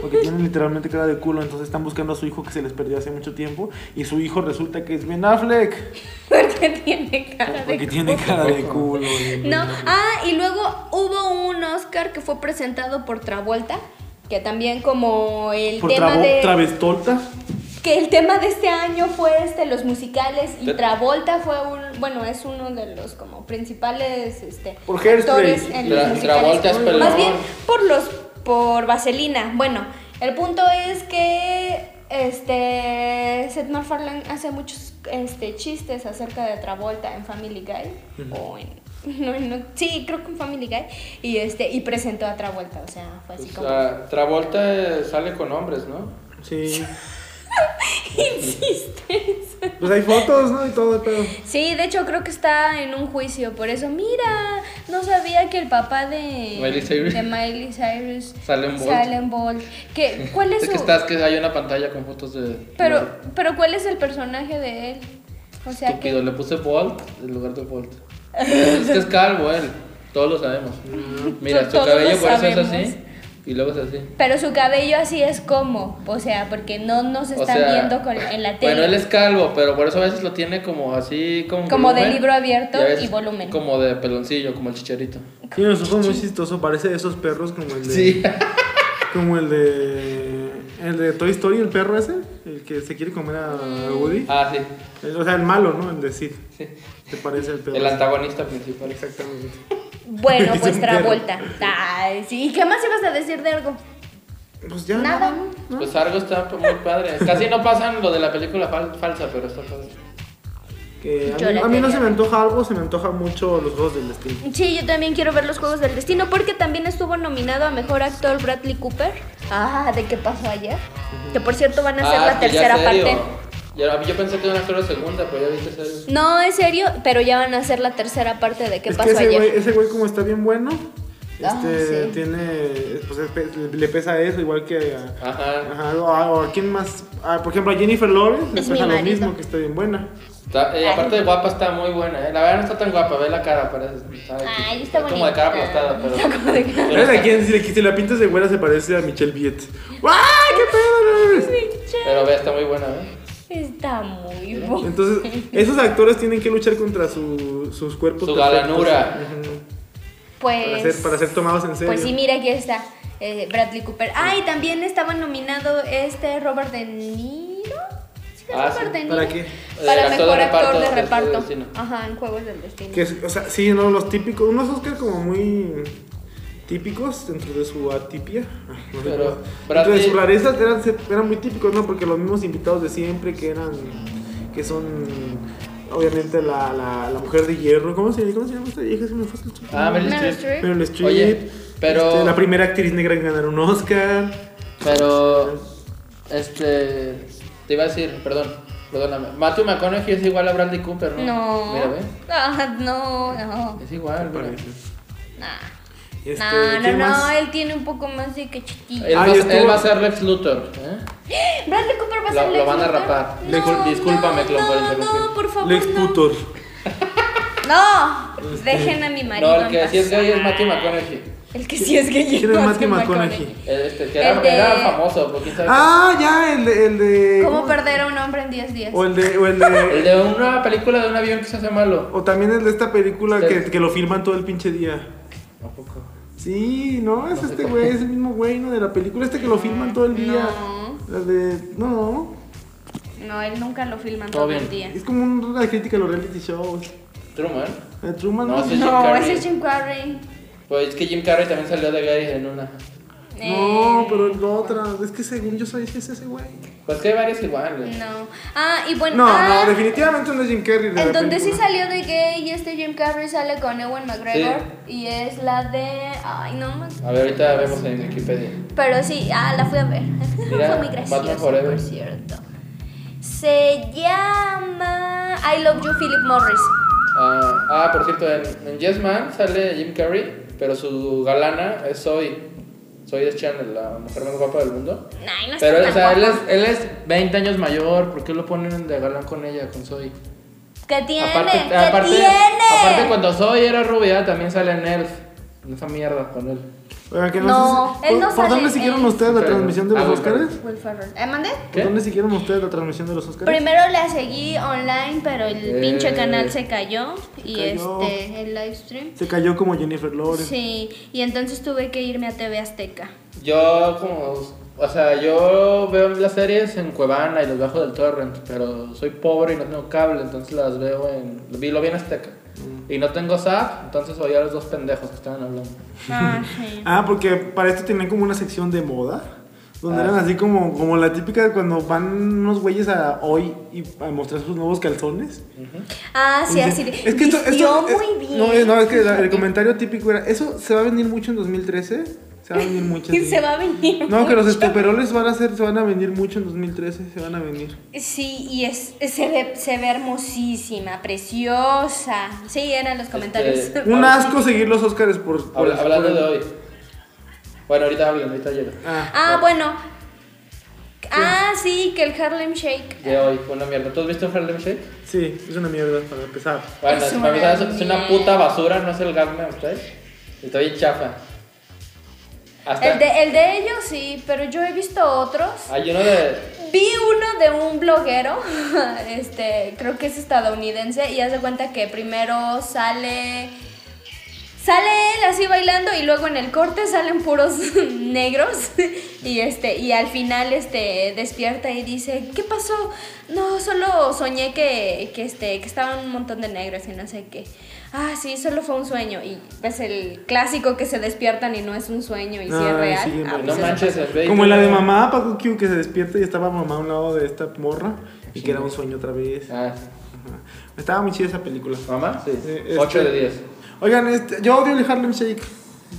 D: Porque tiene literalmente cara de culo, entonces están buscando a su hijo que se les perdió hace mucho tiempo y su hijo resulta que es Ben Affleck,
E: [laughs] Porque tiene cara de
D: porque tiene cara de culo. y-
E: No, ah, y luego hubo un Oscar que fue presentado por Travolta, que también como el
D: Por
E: tema
D: trabo-
E: de
D: travestolta.
E: que el tema de este año fue este los musicales y
F: Te-
E: Travolta fue un bueno, es uno de los como principales este
D: Por Hairspray.
E: actores en los
F: Tra-
E: musicales.
F: Travolta es pelón.
E: Más bien por los por Vaselina. Bueno, el punto es que este Seth MacFarlane hace muchos este chistes acerca de Travolta en Family Guy o en [laughs] no, no, sí, creo que en Family Guy y este y presentó a Travolta, o sea, fue así
F: Pues,
E: como
F: ah, Travolta eh, sale con hombres, ¿no?
D: Sí.
E: [laughs] insiste.
D: Pues hay fotos, ¿no? Y todo el pedo.
E: Sí, de hecho creo que está en un juicio, por eso, mira, no sabía que el papá de
F: Miley Cyrus.
E: de Miley Cyrus
F: Salem Bolt.
E: Salem Bolt. Que, ¿Cuál es,
F: Es
E: su,
F: que estás que hay una pantalla con fotos de.
E: pero, pero cuál es el personaje de él? O sea
F: Estúpido,
E: que [laughs]
F: le puse Bolt en lugar de Bolt. es que es calvo él. Todos lo sabemos. Mira, su
E: Todos
F: cabello
E: lo
F: por eso es
E: sabemos.
F: así y luego es así.
E: Pero su cabello así es como, o sea, porque no nos
F: O
E: están
F: sea,
E: viendo con- en la tele.
F: Bueno, él es calvo, pero por eso a veces lo tiene como así con
E: Como de
F: volumen,
E: libro abierto
F: a veces
E: y volumen.
F: Como de peloncillo, como el chicharito.
D: Y nos fue muy chistoso, parece de esos perros como el de.
F: Sí. [laughs]
D: Como el de. El de Toy Story, el perro ese, el que se quiere comer a Woody.
F: Ah, sí.
D: El- O sea, el malo, ¿no? El de Sid.
F: sí.
D: Te parece el perro.
F: El antagonista principal.
D: Exactamente.
E: Bueno,
F: [laughs]
D: Es
E: pues
D: un perro.
E: Travolta. Ay, sí. ¿Qué más ibas a decir de algo?
D: Pues ya.
E: Nada.
F: Pues algo está muy padre. Casi no pasan lo de la película fal- falsa, pero está padre.
D: Que a,
E: Yo
D: mí,
E: la
D: a mí no
E: quería.
D: se me antoja algo, se me antoja mucho los juegos del destino.
E: Sí, yo también quiero ver los Juegos del Destino porque también estuvo nominado a Mejor Actor Bradley Cooper. Ah, ¿de qué pasó ayer? Que por cierto van a hacer la
F: es Ah, que ya
E: tercera
F: serio.
E: parte.
F: Ya- yo pensé que iban a hacer la segunda, pero ya viste serio.
E: No, es serio, pero ya van a hacer la tercera parte de qué
D: es
E: pasó
D: que ese
E: ayer.
D: güey, ese güey como está bien bueno,
E: Ah,
D: este,
E: sí.
D: tiene, pues es pe- le pesa eso, igual que a,
F: Ajá.
D: ajá, o a, o a quién más, Ah, por ejemplo a Jennifer Lawrence le
E: Es mi
D: pesa lo
E: marido.
D: mismo, que está bien buena.
F: Está- eh, aparte de guapa, está muy buena. eh. La verdad no está tan guapa, ve la cara, parece. Está,
C: Ay, está
F: Como de
C: bonita.
F: cara aplastada, pero. pero
D: ¿Sabes a
F: está-
D: quién? Si le, si la pintas de güera se parece a Michelle Viet. ¡Ah, qué pedo! no mames!
F: Pero ve, está muy buena, ¿eh?
E: Está muy bueno.
D: Entonces, esos actores tienen que luchar contra su- sus cuerpos.
F: Su
D: perfectos,
F: galanura.
D: ujú,
E: Pues.
D: Para ser, para ser tomados en serio.
E: Pues sí, mira, aquí está eh, Bradley Cooper. Ah, y también estaba nominado este Robert De Niro. Sí, es
F: Ah,
E: Robert
F: sí.
E: De Niro.
D: ¿Para qué?
E: Para
F: Eh, actor
E: mejor
F: de
E: actor
F: reparto
E: de
F: de
E: reparto.
F: Juegos del Destino.
E: Ajá, en Juegos del Destino.
D: Que es- o sea, sí, no, los típicos, unos Oscar como muy típicos dentro de su atipia. Ah, no sé
F: Pero
D: cómo-
F: Brad
D: dentro de su
F: Pitt-
D: rareza eran, eran muy típicos, ¿no? Porque los mismos invitados de siempre que eran, que son, obviamente, la, la, la mujer de hierro. ¿Cómo se, cómo se llama esta vieja? Se me fue el
F: Ah, Meryl
E: Meryl
F: Streep.
E: Streep.
D: Meryl Streep.
F: Oye, pero-
D: Este, la primera actriz negra en ganar un Oscar.
F: Pero. Este. Te iba a decir, perdón, perdóname. Matthew McConaughey es igual a Bradley Cooper, ¿no?
E: No.
F: Mira, ve.
E: Ah, no, no.
F: Es igual, mira.
D: Parece.
E: Nah.
D: Este,
E: Nah, no,
D: ¿quién
E: no,
D: más?
E: él tiene un poco más de cachetillo.
F: Él,
D: Ah,
F: va,
D: y estuvo-
F: él va a ser Lex Luthor, ¿eh?
E: Bradley Cooper va a
F: Lo-
E: ser
F: lo
E: Lex
F: van a
E: Luthor.
F: rapar.
E: No,
F: Lex-
E: no,
F: discúlpame, Clon, por
E: no,
F: interrumpir.
E: no, por favor.
D: Lex
E: no.
D: Putor.
E: No, dejen a mi marido.
F: No,
E: en
F: el que sí es
E: paz.
F: gay es Matthew McConaughey.
E: El que sí es gay.
D: ¿Quién es Matthew McConaughey?
F: Este, que era,
E: El de-
F: era famoso, porque quién sabe.
D: Ah, ya, el de. El de
E: ¿Cómo
D: ¿cómo?
E: perder a un hombre en 10 días?
D: O el de. O el
F: [laughs] El
D: de
F: de una película de un avión que se hace malo.
D: o también el de esta película
F: Este-
D: que, que lo filman todo el pinche día.
F: ¿A poco?
D: Sí, no, es
F: No sé
D: este
F: cuál.
D: güey, es el mismo güey, ¿no? De la película este que lo filman todo el día. La de. No,
E: No, él nunca lo filman
F: Todo
E: todo
F: bien.
E: el día.
D: es como una crítica a los reality shows.
F: Truman.
D: La de Truman,
F: No,
D: ¿no?
F: ese es Jim
E: No,
F: Carrey.
E: ese es Jim Carrey.
F: Pues es que Jim Carrey también salió de gay en una.
E: Eh,
D: No, pero la otra. Es que según yo sabía que es ese güey.
F: Pues que hay varios iguales.
E: No. Ah, y bueno.
D: No,
E: ah,
D: no, definitivamente no es Jim Carrey. de la
E: En donde sí
D: película.
E: salió de gay y este Jim Carrey sale con Ewan McGregor y es la de... Ay, no me
F: A ver, ahorita vemos en Wikipedia.
E: Pero sí, ah, la fui a ver. [laughs]
F: Mira,
E: Fue muy
F: Batman
E: graciosa,
F: Forever.
E: por cierto. Se llama I Love You Philip Morris.
F: Ah, ah, por cierto, en, en Yes Man sale Jim Carrey, pero su galana es Zoe. Zoe es Channel, la mujer más guapa del mundo.
E: Ay, no
F: Pero,
E: está
F: o sea,
E: tan
F: él es,
E: guapa.
F: él es 20 años mayor. ¿Por qué lo ponen de galán con ella, con Zoe?
E: ¿Qué tiene? ¿Qué
F: aparte,
E: tiene?
F: aparte, cuando Zoe era rubia, también sale en Elf. En esa mierda con él.
D: Oigan, que no,
E: No,
D: sé si-
E: él no
D: ¿Por, por
E: sale
D: dónde siguieron
E: en-
D: ustedes la transmisión de
F: Ah,
D: los
F: bueno.
D: Oscars?
E: Will Ferrell. ¿Eh, mandé?
D: ¿Por
F: ¿Qué?
D: dónde siguieron ustedes la transmisión de los Oscars?
E: Primero la seguí online, pero el
F: Eh.
E: pinche canal se cayó y
D: cayó.
E: este el live stream.
D: Se cayó como Jennifer Lawrence.
E: Sí, y entonces tuve que irme a TV Azteca.
F: Yo, como. O sea, yo veo las series en Cuevana y los bajo del torrent, pero soy pobre y no tengo cable, entonces las veo en. vi- Lo vi en Azteca. Y no tengo zap, entonces oía a los dos pendejos que estaban hablando.
D: [laughs]
E: Ah, sí.
D: Ah, porque para esto tenían como una sección de moda. Donde
F: Ah.
D: eran así como, como la típica de cuando van unos güeyes a hoy y a mostrar sus nuevos calzones.
E: Ah, sí,
D: Y
E: así.
D: dicen,
E: de-
D: es que esto,
E: vistió
D: esto- es-
E: muy bien.
D: No, es- no, es que la- el comentario típico era, eso se va a venir mucho en 2013. Se va a venir mucho.
E: Y
D: sí.
E: [laughs] se va a venir.
D: No, que los
E: mucho.
D: estoperoles van a ser, se van a venir mucho en 2013, se van a venir.
E: Sí, y es, se, ve, se ve hermosísima, preciosa. Sí, eran los comentarios. [laughs]
F: Este,
D: Un asco seguir los Oscars por... por
F: Habla- hablando
D: por-
F: de hoy. Bueno, ahorita hablan, ahorita llego.
D: Ah,
E: Ah, bueno. Ah, sí, que el Harlem Shake.
F: De hoy, fue una mierda. ¿Tú has visto Harlem Shake?
D: sí, es una mierda para empezar.
F: Bueno,
E: Es
F: es, para
E: una
F: empezar, es- es una
E: mierda.
F: puta basura, no es el Gangnam Style. Está bien chafa. Hasta
E: El de, el de ellos sí, pero yo he visto otros.
F: hay uno de.
E: Vi uno de un bloguero, [laughs] este, creo que es estadounidense, y hace cuenta que primero sale. Sale él así bailando y luego en el corte salen puros [laughs] negros [laughs] y este y al final este despierta y dice ¿qué pasó? No solo soñé que, que este que estaban un montón de negros y no sé qué ah sí solo fue un sueño y ves el clásico que se despiertan y no es un sueño y sí
D: Ah,
E: es real
D: sí,
E: Ah,
D: no
E: pues
F: No
E: eso
F: manches, el baby.
D: Como la de mamá, Paco Q, que se despierta y estaba mamá a un lado de esta morra y que era un sueño otra vez.
F: Ah,
D: Ajá. Estaba muy chida esa película.
F: ¿Mamá? Sí.
D: Eh, este-
F: 8 de 10.
D: Oigan, este, yo odio el Harlem Shake.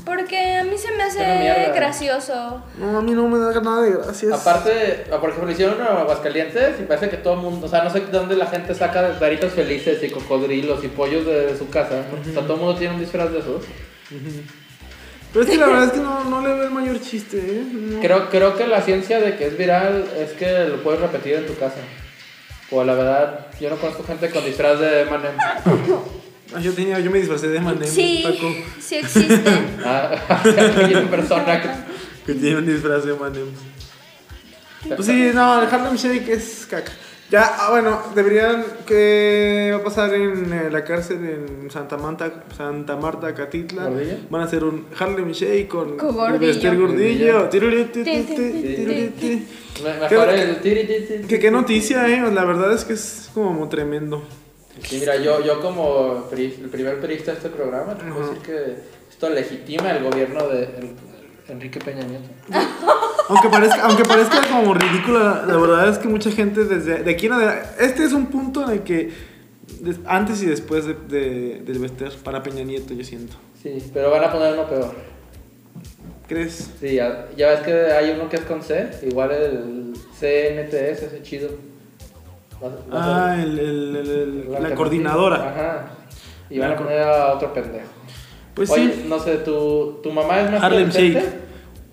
E: Porque a mí se me
F: Pero mierda.
E: hace gracioso.
D: No, a mí no me da nada de gracias.
F: Aparte, por ejemplo, hicieron en Aguascalientes y parece que todo el mundo, o sea, no sé de dónde la gente saca varitos felices y cocodrilos y pollos de su casa. porque, O sea, todo el mundo tiene un disfraz de esos.
D: Pero es que la verdad es que no, no le veo el mayor chiste, ¿eh? No.
F: Creo, creo que la ciencia de que es viral es que lo puedes repetir en tu casa. O la verdad, yo no conozco gente con disfraz de Manem.
D: [laughs] Ah, Yo, tenía, yo me disfracé de Manem,
E: Sí,
D: Paco.
E: sí
D: [laughs]
E: existe. [laughs]
F: Ah, [laughs] hay una persona que-
D: Que tiene un disfraz de Manem. Pues sí, no, el Harlem Shake es caca. Ya, ah, bueno, deberían. ¿Qué va a pasar en eh, la cárcel en Santa, Manta, Santa Marta, Catitla?
F: ¿Gordillo?
D: Van a hacer un Harlem Shake con,
E: Con gordillo.
D: Bester Gordillo.
F: Gordillo.
D: Tiruri, ti, ti,
E: Ti, ti,
D: ti,
E: ti,
D: tiruri,
E: ti,
D: ti.
F: me- Mejor
D: Creo
F: el tiri, tiri, tiri.
D: Que qué noticia, eh. La verdad es que es como tremendo.
F: Sí, mira, yo, yo como pri- el primer periodista de este programa, te puedo decir que esto legitima el gobierno de en- Enrique Peña Nieto.
D: Aunque parezca, aunque parezca como ridícula, la verdad es que mucha gente desde de aquí en adelante. Este es un punto en el que. des- antes y después de, de- del Bester para Peña Nieto, yo siento.
F: Sí, pero van a poner uno peor.
D: ¿Crees?
F: Sí, ya, ya ves que hay uno que es con C, igual el CNTS, ese chido. Va- va a
D: Ah, el- el- el-
F: ser
D: el-
F: la
D: la
F: alternativa.
D: coordinadora.
F: Ajá. Y van
D: La
F: a
D: co-
F: poner a otro pendejo.
D: Pues
F: Oye,
D: sí,
F: no sé, ¿tu, tu mamá es más
D: Harlem
F: adolescente?
D: Shake.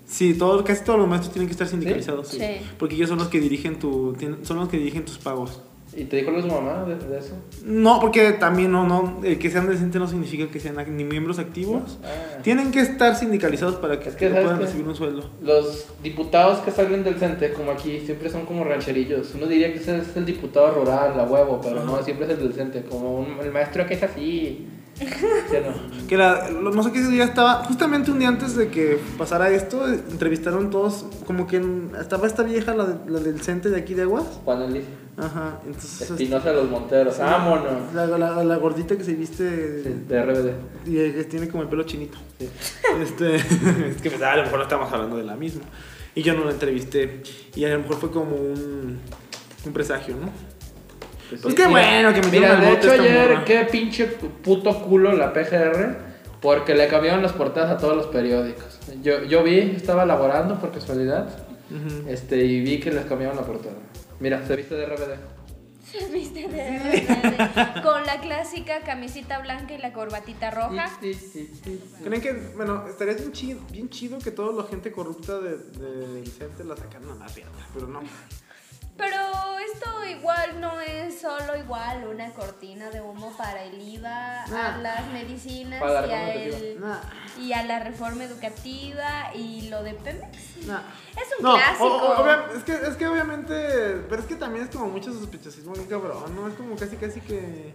D: Sí, todo, casi todos los maestros tienen que estar sindicalizados.
E: Sí.
D: sí.
E: Sí.
D: Porque ellos son los que dirigen tu, tien- son los que dirigen tus pagos.
F: ¿Y te dijo lo de su mamá de, de eso?
D: No, porque también no, no, el que sean decentes no significa que sean ac- ni miembros activos.
F: Ah.
D: Tienen que estar sindicalizados para que,
F: Es que,
D: no
F: ¿sabes
D: puedan
F: qué?
D: recibir un sueldo.
F: Los diputados que salen del CENTE, como aquí, siempre son como rancherillos. Uno diría que ese es el diputado rural, la huevo, pero no, siempre es el del CENTE. Como un- el maestro que
D: [laughs]
F: es así. ¿Sí o no?
D: Que la, lo- no sé qué día estaba, justamente un día antes de que pasara esto, entrevistaron todos, como que en- estaba esta vieja, la, de- la del CENTE de aquí de Aguas.
F: Juan Elis.
D: Ajá, entonces... este,
F: Espinosa de los Monteros. Vámonos.
D: La, la, la gordita que se viste
F: De RBD.
D: y eh, que tiene como el pelo chinito. Este, [laughs] es que pues, a lo mejor no estamos hablando de la misma. Y yo no la entrevisté. Y a lo mejor fue como un, un presagio, ¿no?
F: Pues,
D: Pues qué bueno que me
F: Mira,
D: dieron el
F: de
D: bote
F: hecho
D: esta
F: ayer,
D: morra.
F: qué pinche puto culo la PGR. Porque le cambiaron las portadas a todos los periódicos. Yo, yo vi, estaba laborando por casualidad.
D: Ujú.
F: Este, y vi que les cambiaron la portada. Mira, se viste de RBD.
E: Viste de- de- Con la clásica camisita blanca y la corbatita roja.
F: Sí, sí, sí, sí.
D: ¿Creen que, bueno, estaría bien chido, bien chido que toda la gente corrupta de- del CENTE la sacaran a la riata, pero no.
E: Pero esto igual no es solo igual una cortina de humo para el IVA,
D: Ah.
E: a las medicinas
F: Para la
E: y, a
F: reforma
E: el-
D: Nah,
E: y a la reforma educativa y lo de Pemex.
D: nah.
E: Es un
D: No, o-
E: clásico.
D: o- obvia- es, que, es que obviamente, pero es que también es como mucho sospechosismo, bien cabrón, ¿no? Es como casi, casi que...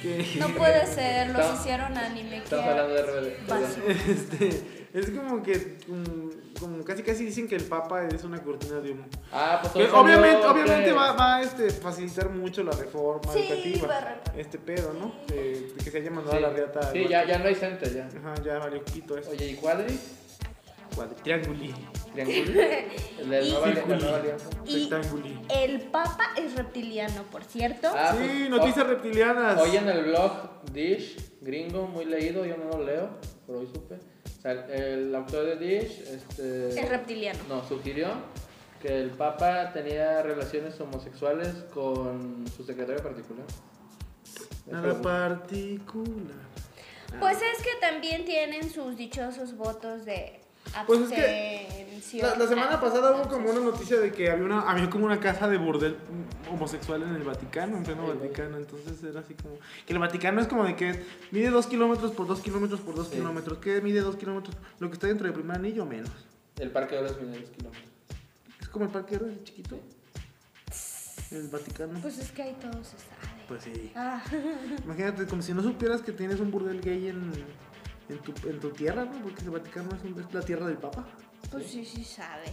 D: que-
E: No puede ser, los
F: Está-
E: hicieron anime. qué
F: Estamos hablando de RBD.
E: basura.
D: Este, es como que, mm, como casi casi dicen que el Papa es una cortina de humo.
F: Ah, pues
D: Que
F: hoy salió,
D: Eh, obviamente,
F: ¿qué?
D: obviamente va, va a este, facilitar mucho la reforma
E: Sí, va
D: educativa.
E: a reformar.
D: Este pedo, ¿no? De, de que se haya mandado
F: Sí,
D: a la riata.
F: Sí,
D: al
F: ya,
D: norte.
F: ya no hay cente ya.
D: Ajá, ya valió quito eso.
F: Oye, ¿y Cuadri?
D: Cuadri- Triangulí.
F: ¿Triangulí? El de
E: Y-
F: Nueva Ali- la
D: Circulí.
F: Nueva Alianza.
E: Y
D: Rectangulí.
E: el Papa es reptiliano, por cierto.
F: Ah,
D: sí,
F: pues,
D: noticias
F: oh,
D: reptilianas.
F: Hoy en el blog Dish, gringo, muy leído, yo no lo leo, pero hoy supe. O sea, el autor de Dish, este...
E: Es reptiliano.
F: No, sugirió que el Papa tenía relaciones homosexuales con su secretario particular. Este,
D: Nada particular. Ah.
E: Pues es que también tienen sus dichosos votos de Ah,
D: Pues es que la, la semana pasada hubo como una noticia de que había, una, había como una casa de burdel homosexual en el Vaticano, en pleno Vaticano. Entonces era así como. Que el Vaticano es como de que es, mide 2 kilómetros por 2 kilómetros por 2
F: Sí.
D: kilómetros. ¿Qué mide 2 kilómetros? Lo que está dentro del primer anillo menos.
F: El parque ahora es menos de dos kilómetros.
D: Es como el parque de chiquito. El Vaticano.
E: Pues es que ahí todo se sabe.
D: Pues sí.
E: Ah,
D: Imagínate, como si no supieras que tienes un burdel gay en, en, tu, en tu tierra, ¿no? Porque el Vaticano es, un- es la tierra del Papa.
E: pues sí, sí sabe.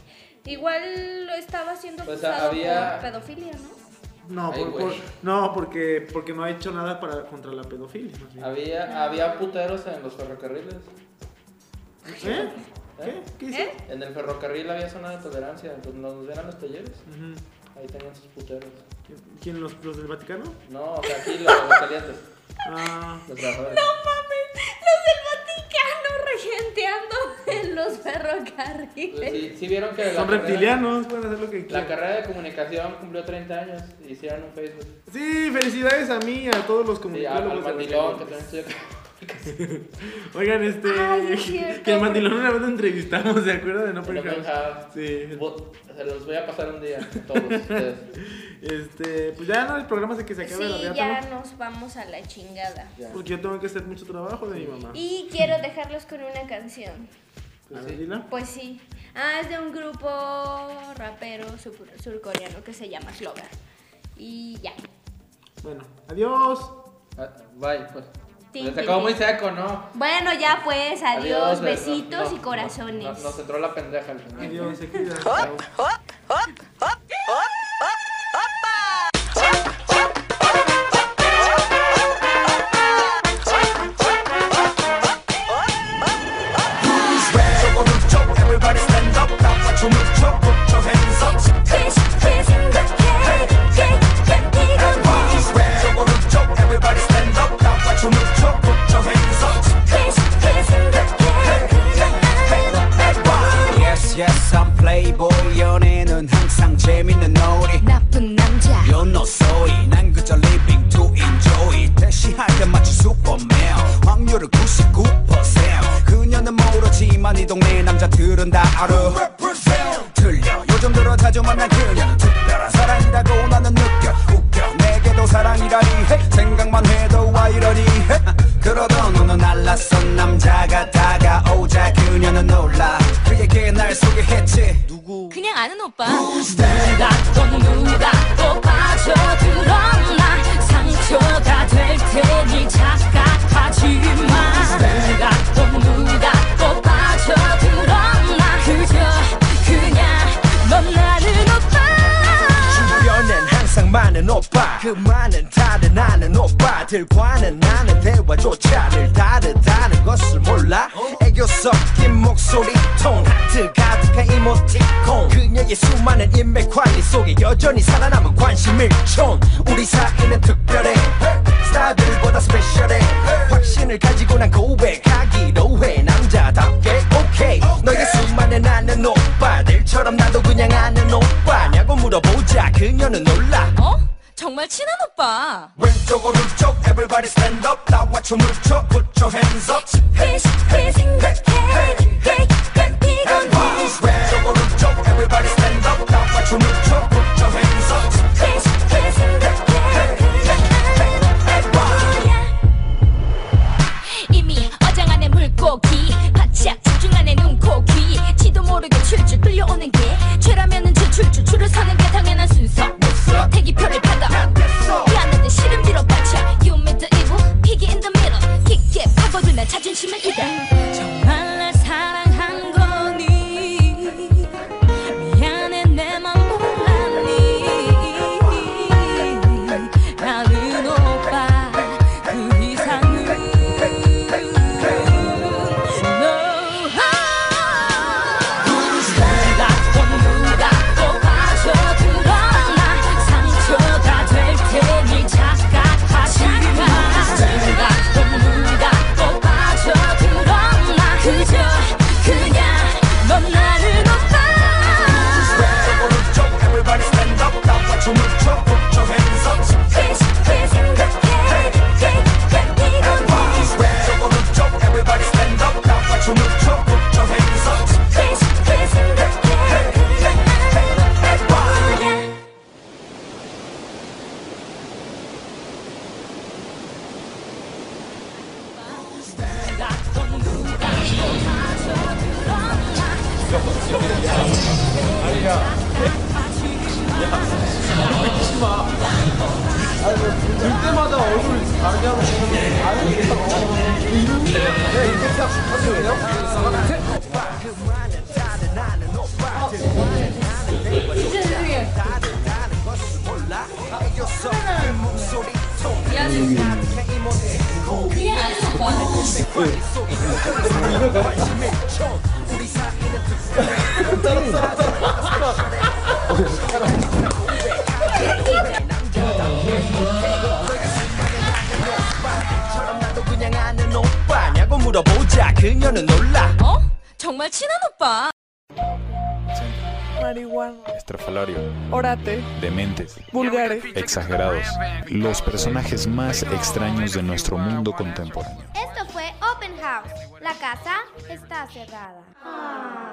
E: Igual lo estaba haciendo
F: Pues,
E: acusado
F: había-
E: por pedofilia, ¿no?
D: No,
F: Ay,
D: por-
F: güey.
D: por- no porque, porque no ha hecho nada para, contra la pedofilia. más bien.
F: Había, había puteros en los ferrocarriles.
D: ¿Eh? ¿Qué? ¿Qué hizo?
E: ¿Eh?
F: En el ferrocarril había zona de tolerancia, entonces nos eran los talleres.
D: Ujú.
F: Ahí tenían sus puteros.
D: ¿Quién- ¿Quién? ¿Los, los del Vaticano?
F: No, o sea, aquí los, los calientes,
D: Ah,
F: los trabajadores.
E: mames, los del Vaticano regenteando en los ferrocarriles.
F: Pues, Sí, sí vieron que la
D: son
F: carrera-
D: reptilianos, pueden hacer lo que
F: La
D: quieran.
F: carrera de comunicación cumplió 30 años y hicieron un Facebook.
D: Sí, felicidades a mí y a todos los
F: Sí, al, al
D: comunicólogos.
F: mandilón que también estudió.
D: Oigan, este.
E: Ay, es cierto.
D: que el mandilón una vez lo entrevistamos, ¿se acuerdan de No
F: que no
D: Play House?
F: manejaba.
D: Sí, el-
F: Bo- Se los voy a pasar un día a
E: [laughs]
F: todos ustedes.
D: Este, pues ya no, el programa se que se acabe la
E: Sí,
D: reata,
E: ya
D: ¿no?
E: nos vamos a la chingada.
F: Ya.
D: Porque yo tengo que hacer mucho trabajo de mi mamá.
E: Y quiero dejarlos con una canción.
D: A ver, dila.
E: Pues sí. Ah, es de un grupo rapero sur- surcoreano que se llama Sloga. Y ya.
D: Bueno, adiós.
F: Ah, Bye, pues.
E: Tin,
F: Se
E: tin,
F: acabó
E: tin.
F: muy seco, ¿no?
E: Bueno, ya pues, adiós,
F: no,
E: besitos
F: no,
E: y corazones.
F: no, nos entró la pendeja al final.
D: Adiós, se cuida.
A: Yes, yes, I'm playboy 연애는 항상 재밌는 놀이
G: 나쁜 남자
A: You're not soy 난 그저 living to enjoy 대시할 때 마치 슈퍼맨 확률은 99% 그녀는 모르지만 이 동네 남자들은 다 알아 Represent. 틀려 요즘 들어 자주 만난 그녀는 특별한 사랑이라고 나는 느껴 웃겨 내게도 사랑이라니 해. 생각만 해도 와이러니해 그러던 어느 날 낯선 남자가 다가오자 그녀는 놀라 그에게 날 소개했지 누구
G: 그냥 아는 오빠 누가 또 누가 또 빠져들었나 상처가 될 테니 착각하지마 누가 또 누가 또 빠져들었나 그저 그냥 넌 나는 오빠
A: 주변엔 항상 많은 오빠 그 많은 다른 아는 오빠들과는 나는 대화조차 늘 다르다는 것을 몰라 애교 섞인 목소리 톤 하트 가득한 이모티콘 그녀의 수많은 인맥 관리 속에 여전히 살아남은 관심 일촌 우리 사이는 특별해 스타들보다 스페셜해 확신을 가지고 난 고백하기로 해 남자답게 오케이 너의 수많은 아는 오빠들처럼 나도 그냥 아는 오빠냐고 물어보자 그녀는 놀라
G: 어? 정말 친한 오빠
A: 왼쪽 오른쪽 everybody stand up 나와 춤을 춰 put your hands up
G: Chris, Chris, hey, hey, 간 피곤해
A: 왼쪽 오른쪽 everybody stand up 나와 춤을 춰 put your hands up
G: Chris, Chris, hey, 그냥 나는 오빠야 이미 어장 안에 물고기 바짝 집중 안에 눈코귀 지도 모르게 출줄 끌려오는 게 죄라면은 제출줄 줄을 서는 게 당연한 순서 대기표를 받아 미안한데 시름 뒤로 받쳐 You meet the evil piggy in the middle 깊게 파고들 난 자존심을 이다 정말 날 사랑한 거니 미안해 내그
A: 나도 그냥 아는 오빠냐고 물어보자 그녀는 놀라
G: 어? 정말 친한 오빠.
H: marihuana,
B: Estrafalario,
H: orate,
B: dementes,
H: vulgares,
B: exagerados, los personajes más extraños de nuestro mundo contemporáneo.
C: Esto fue Open House. La casa está cerrada. Ah.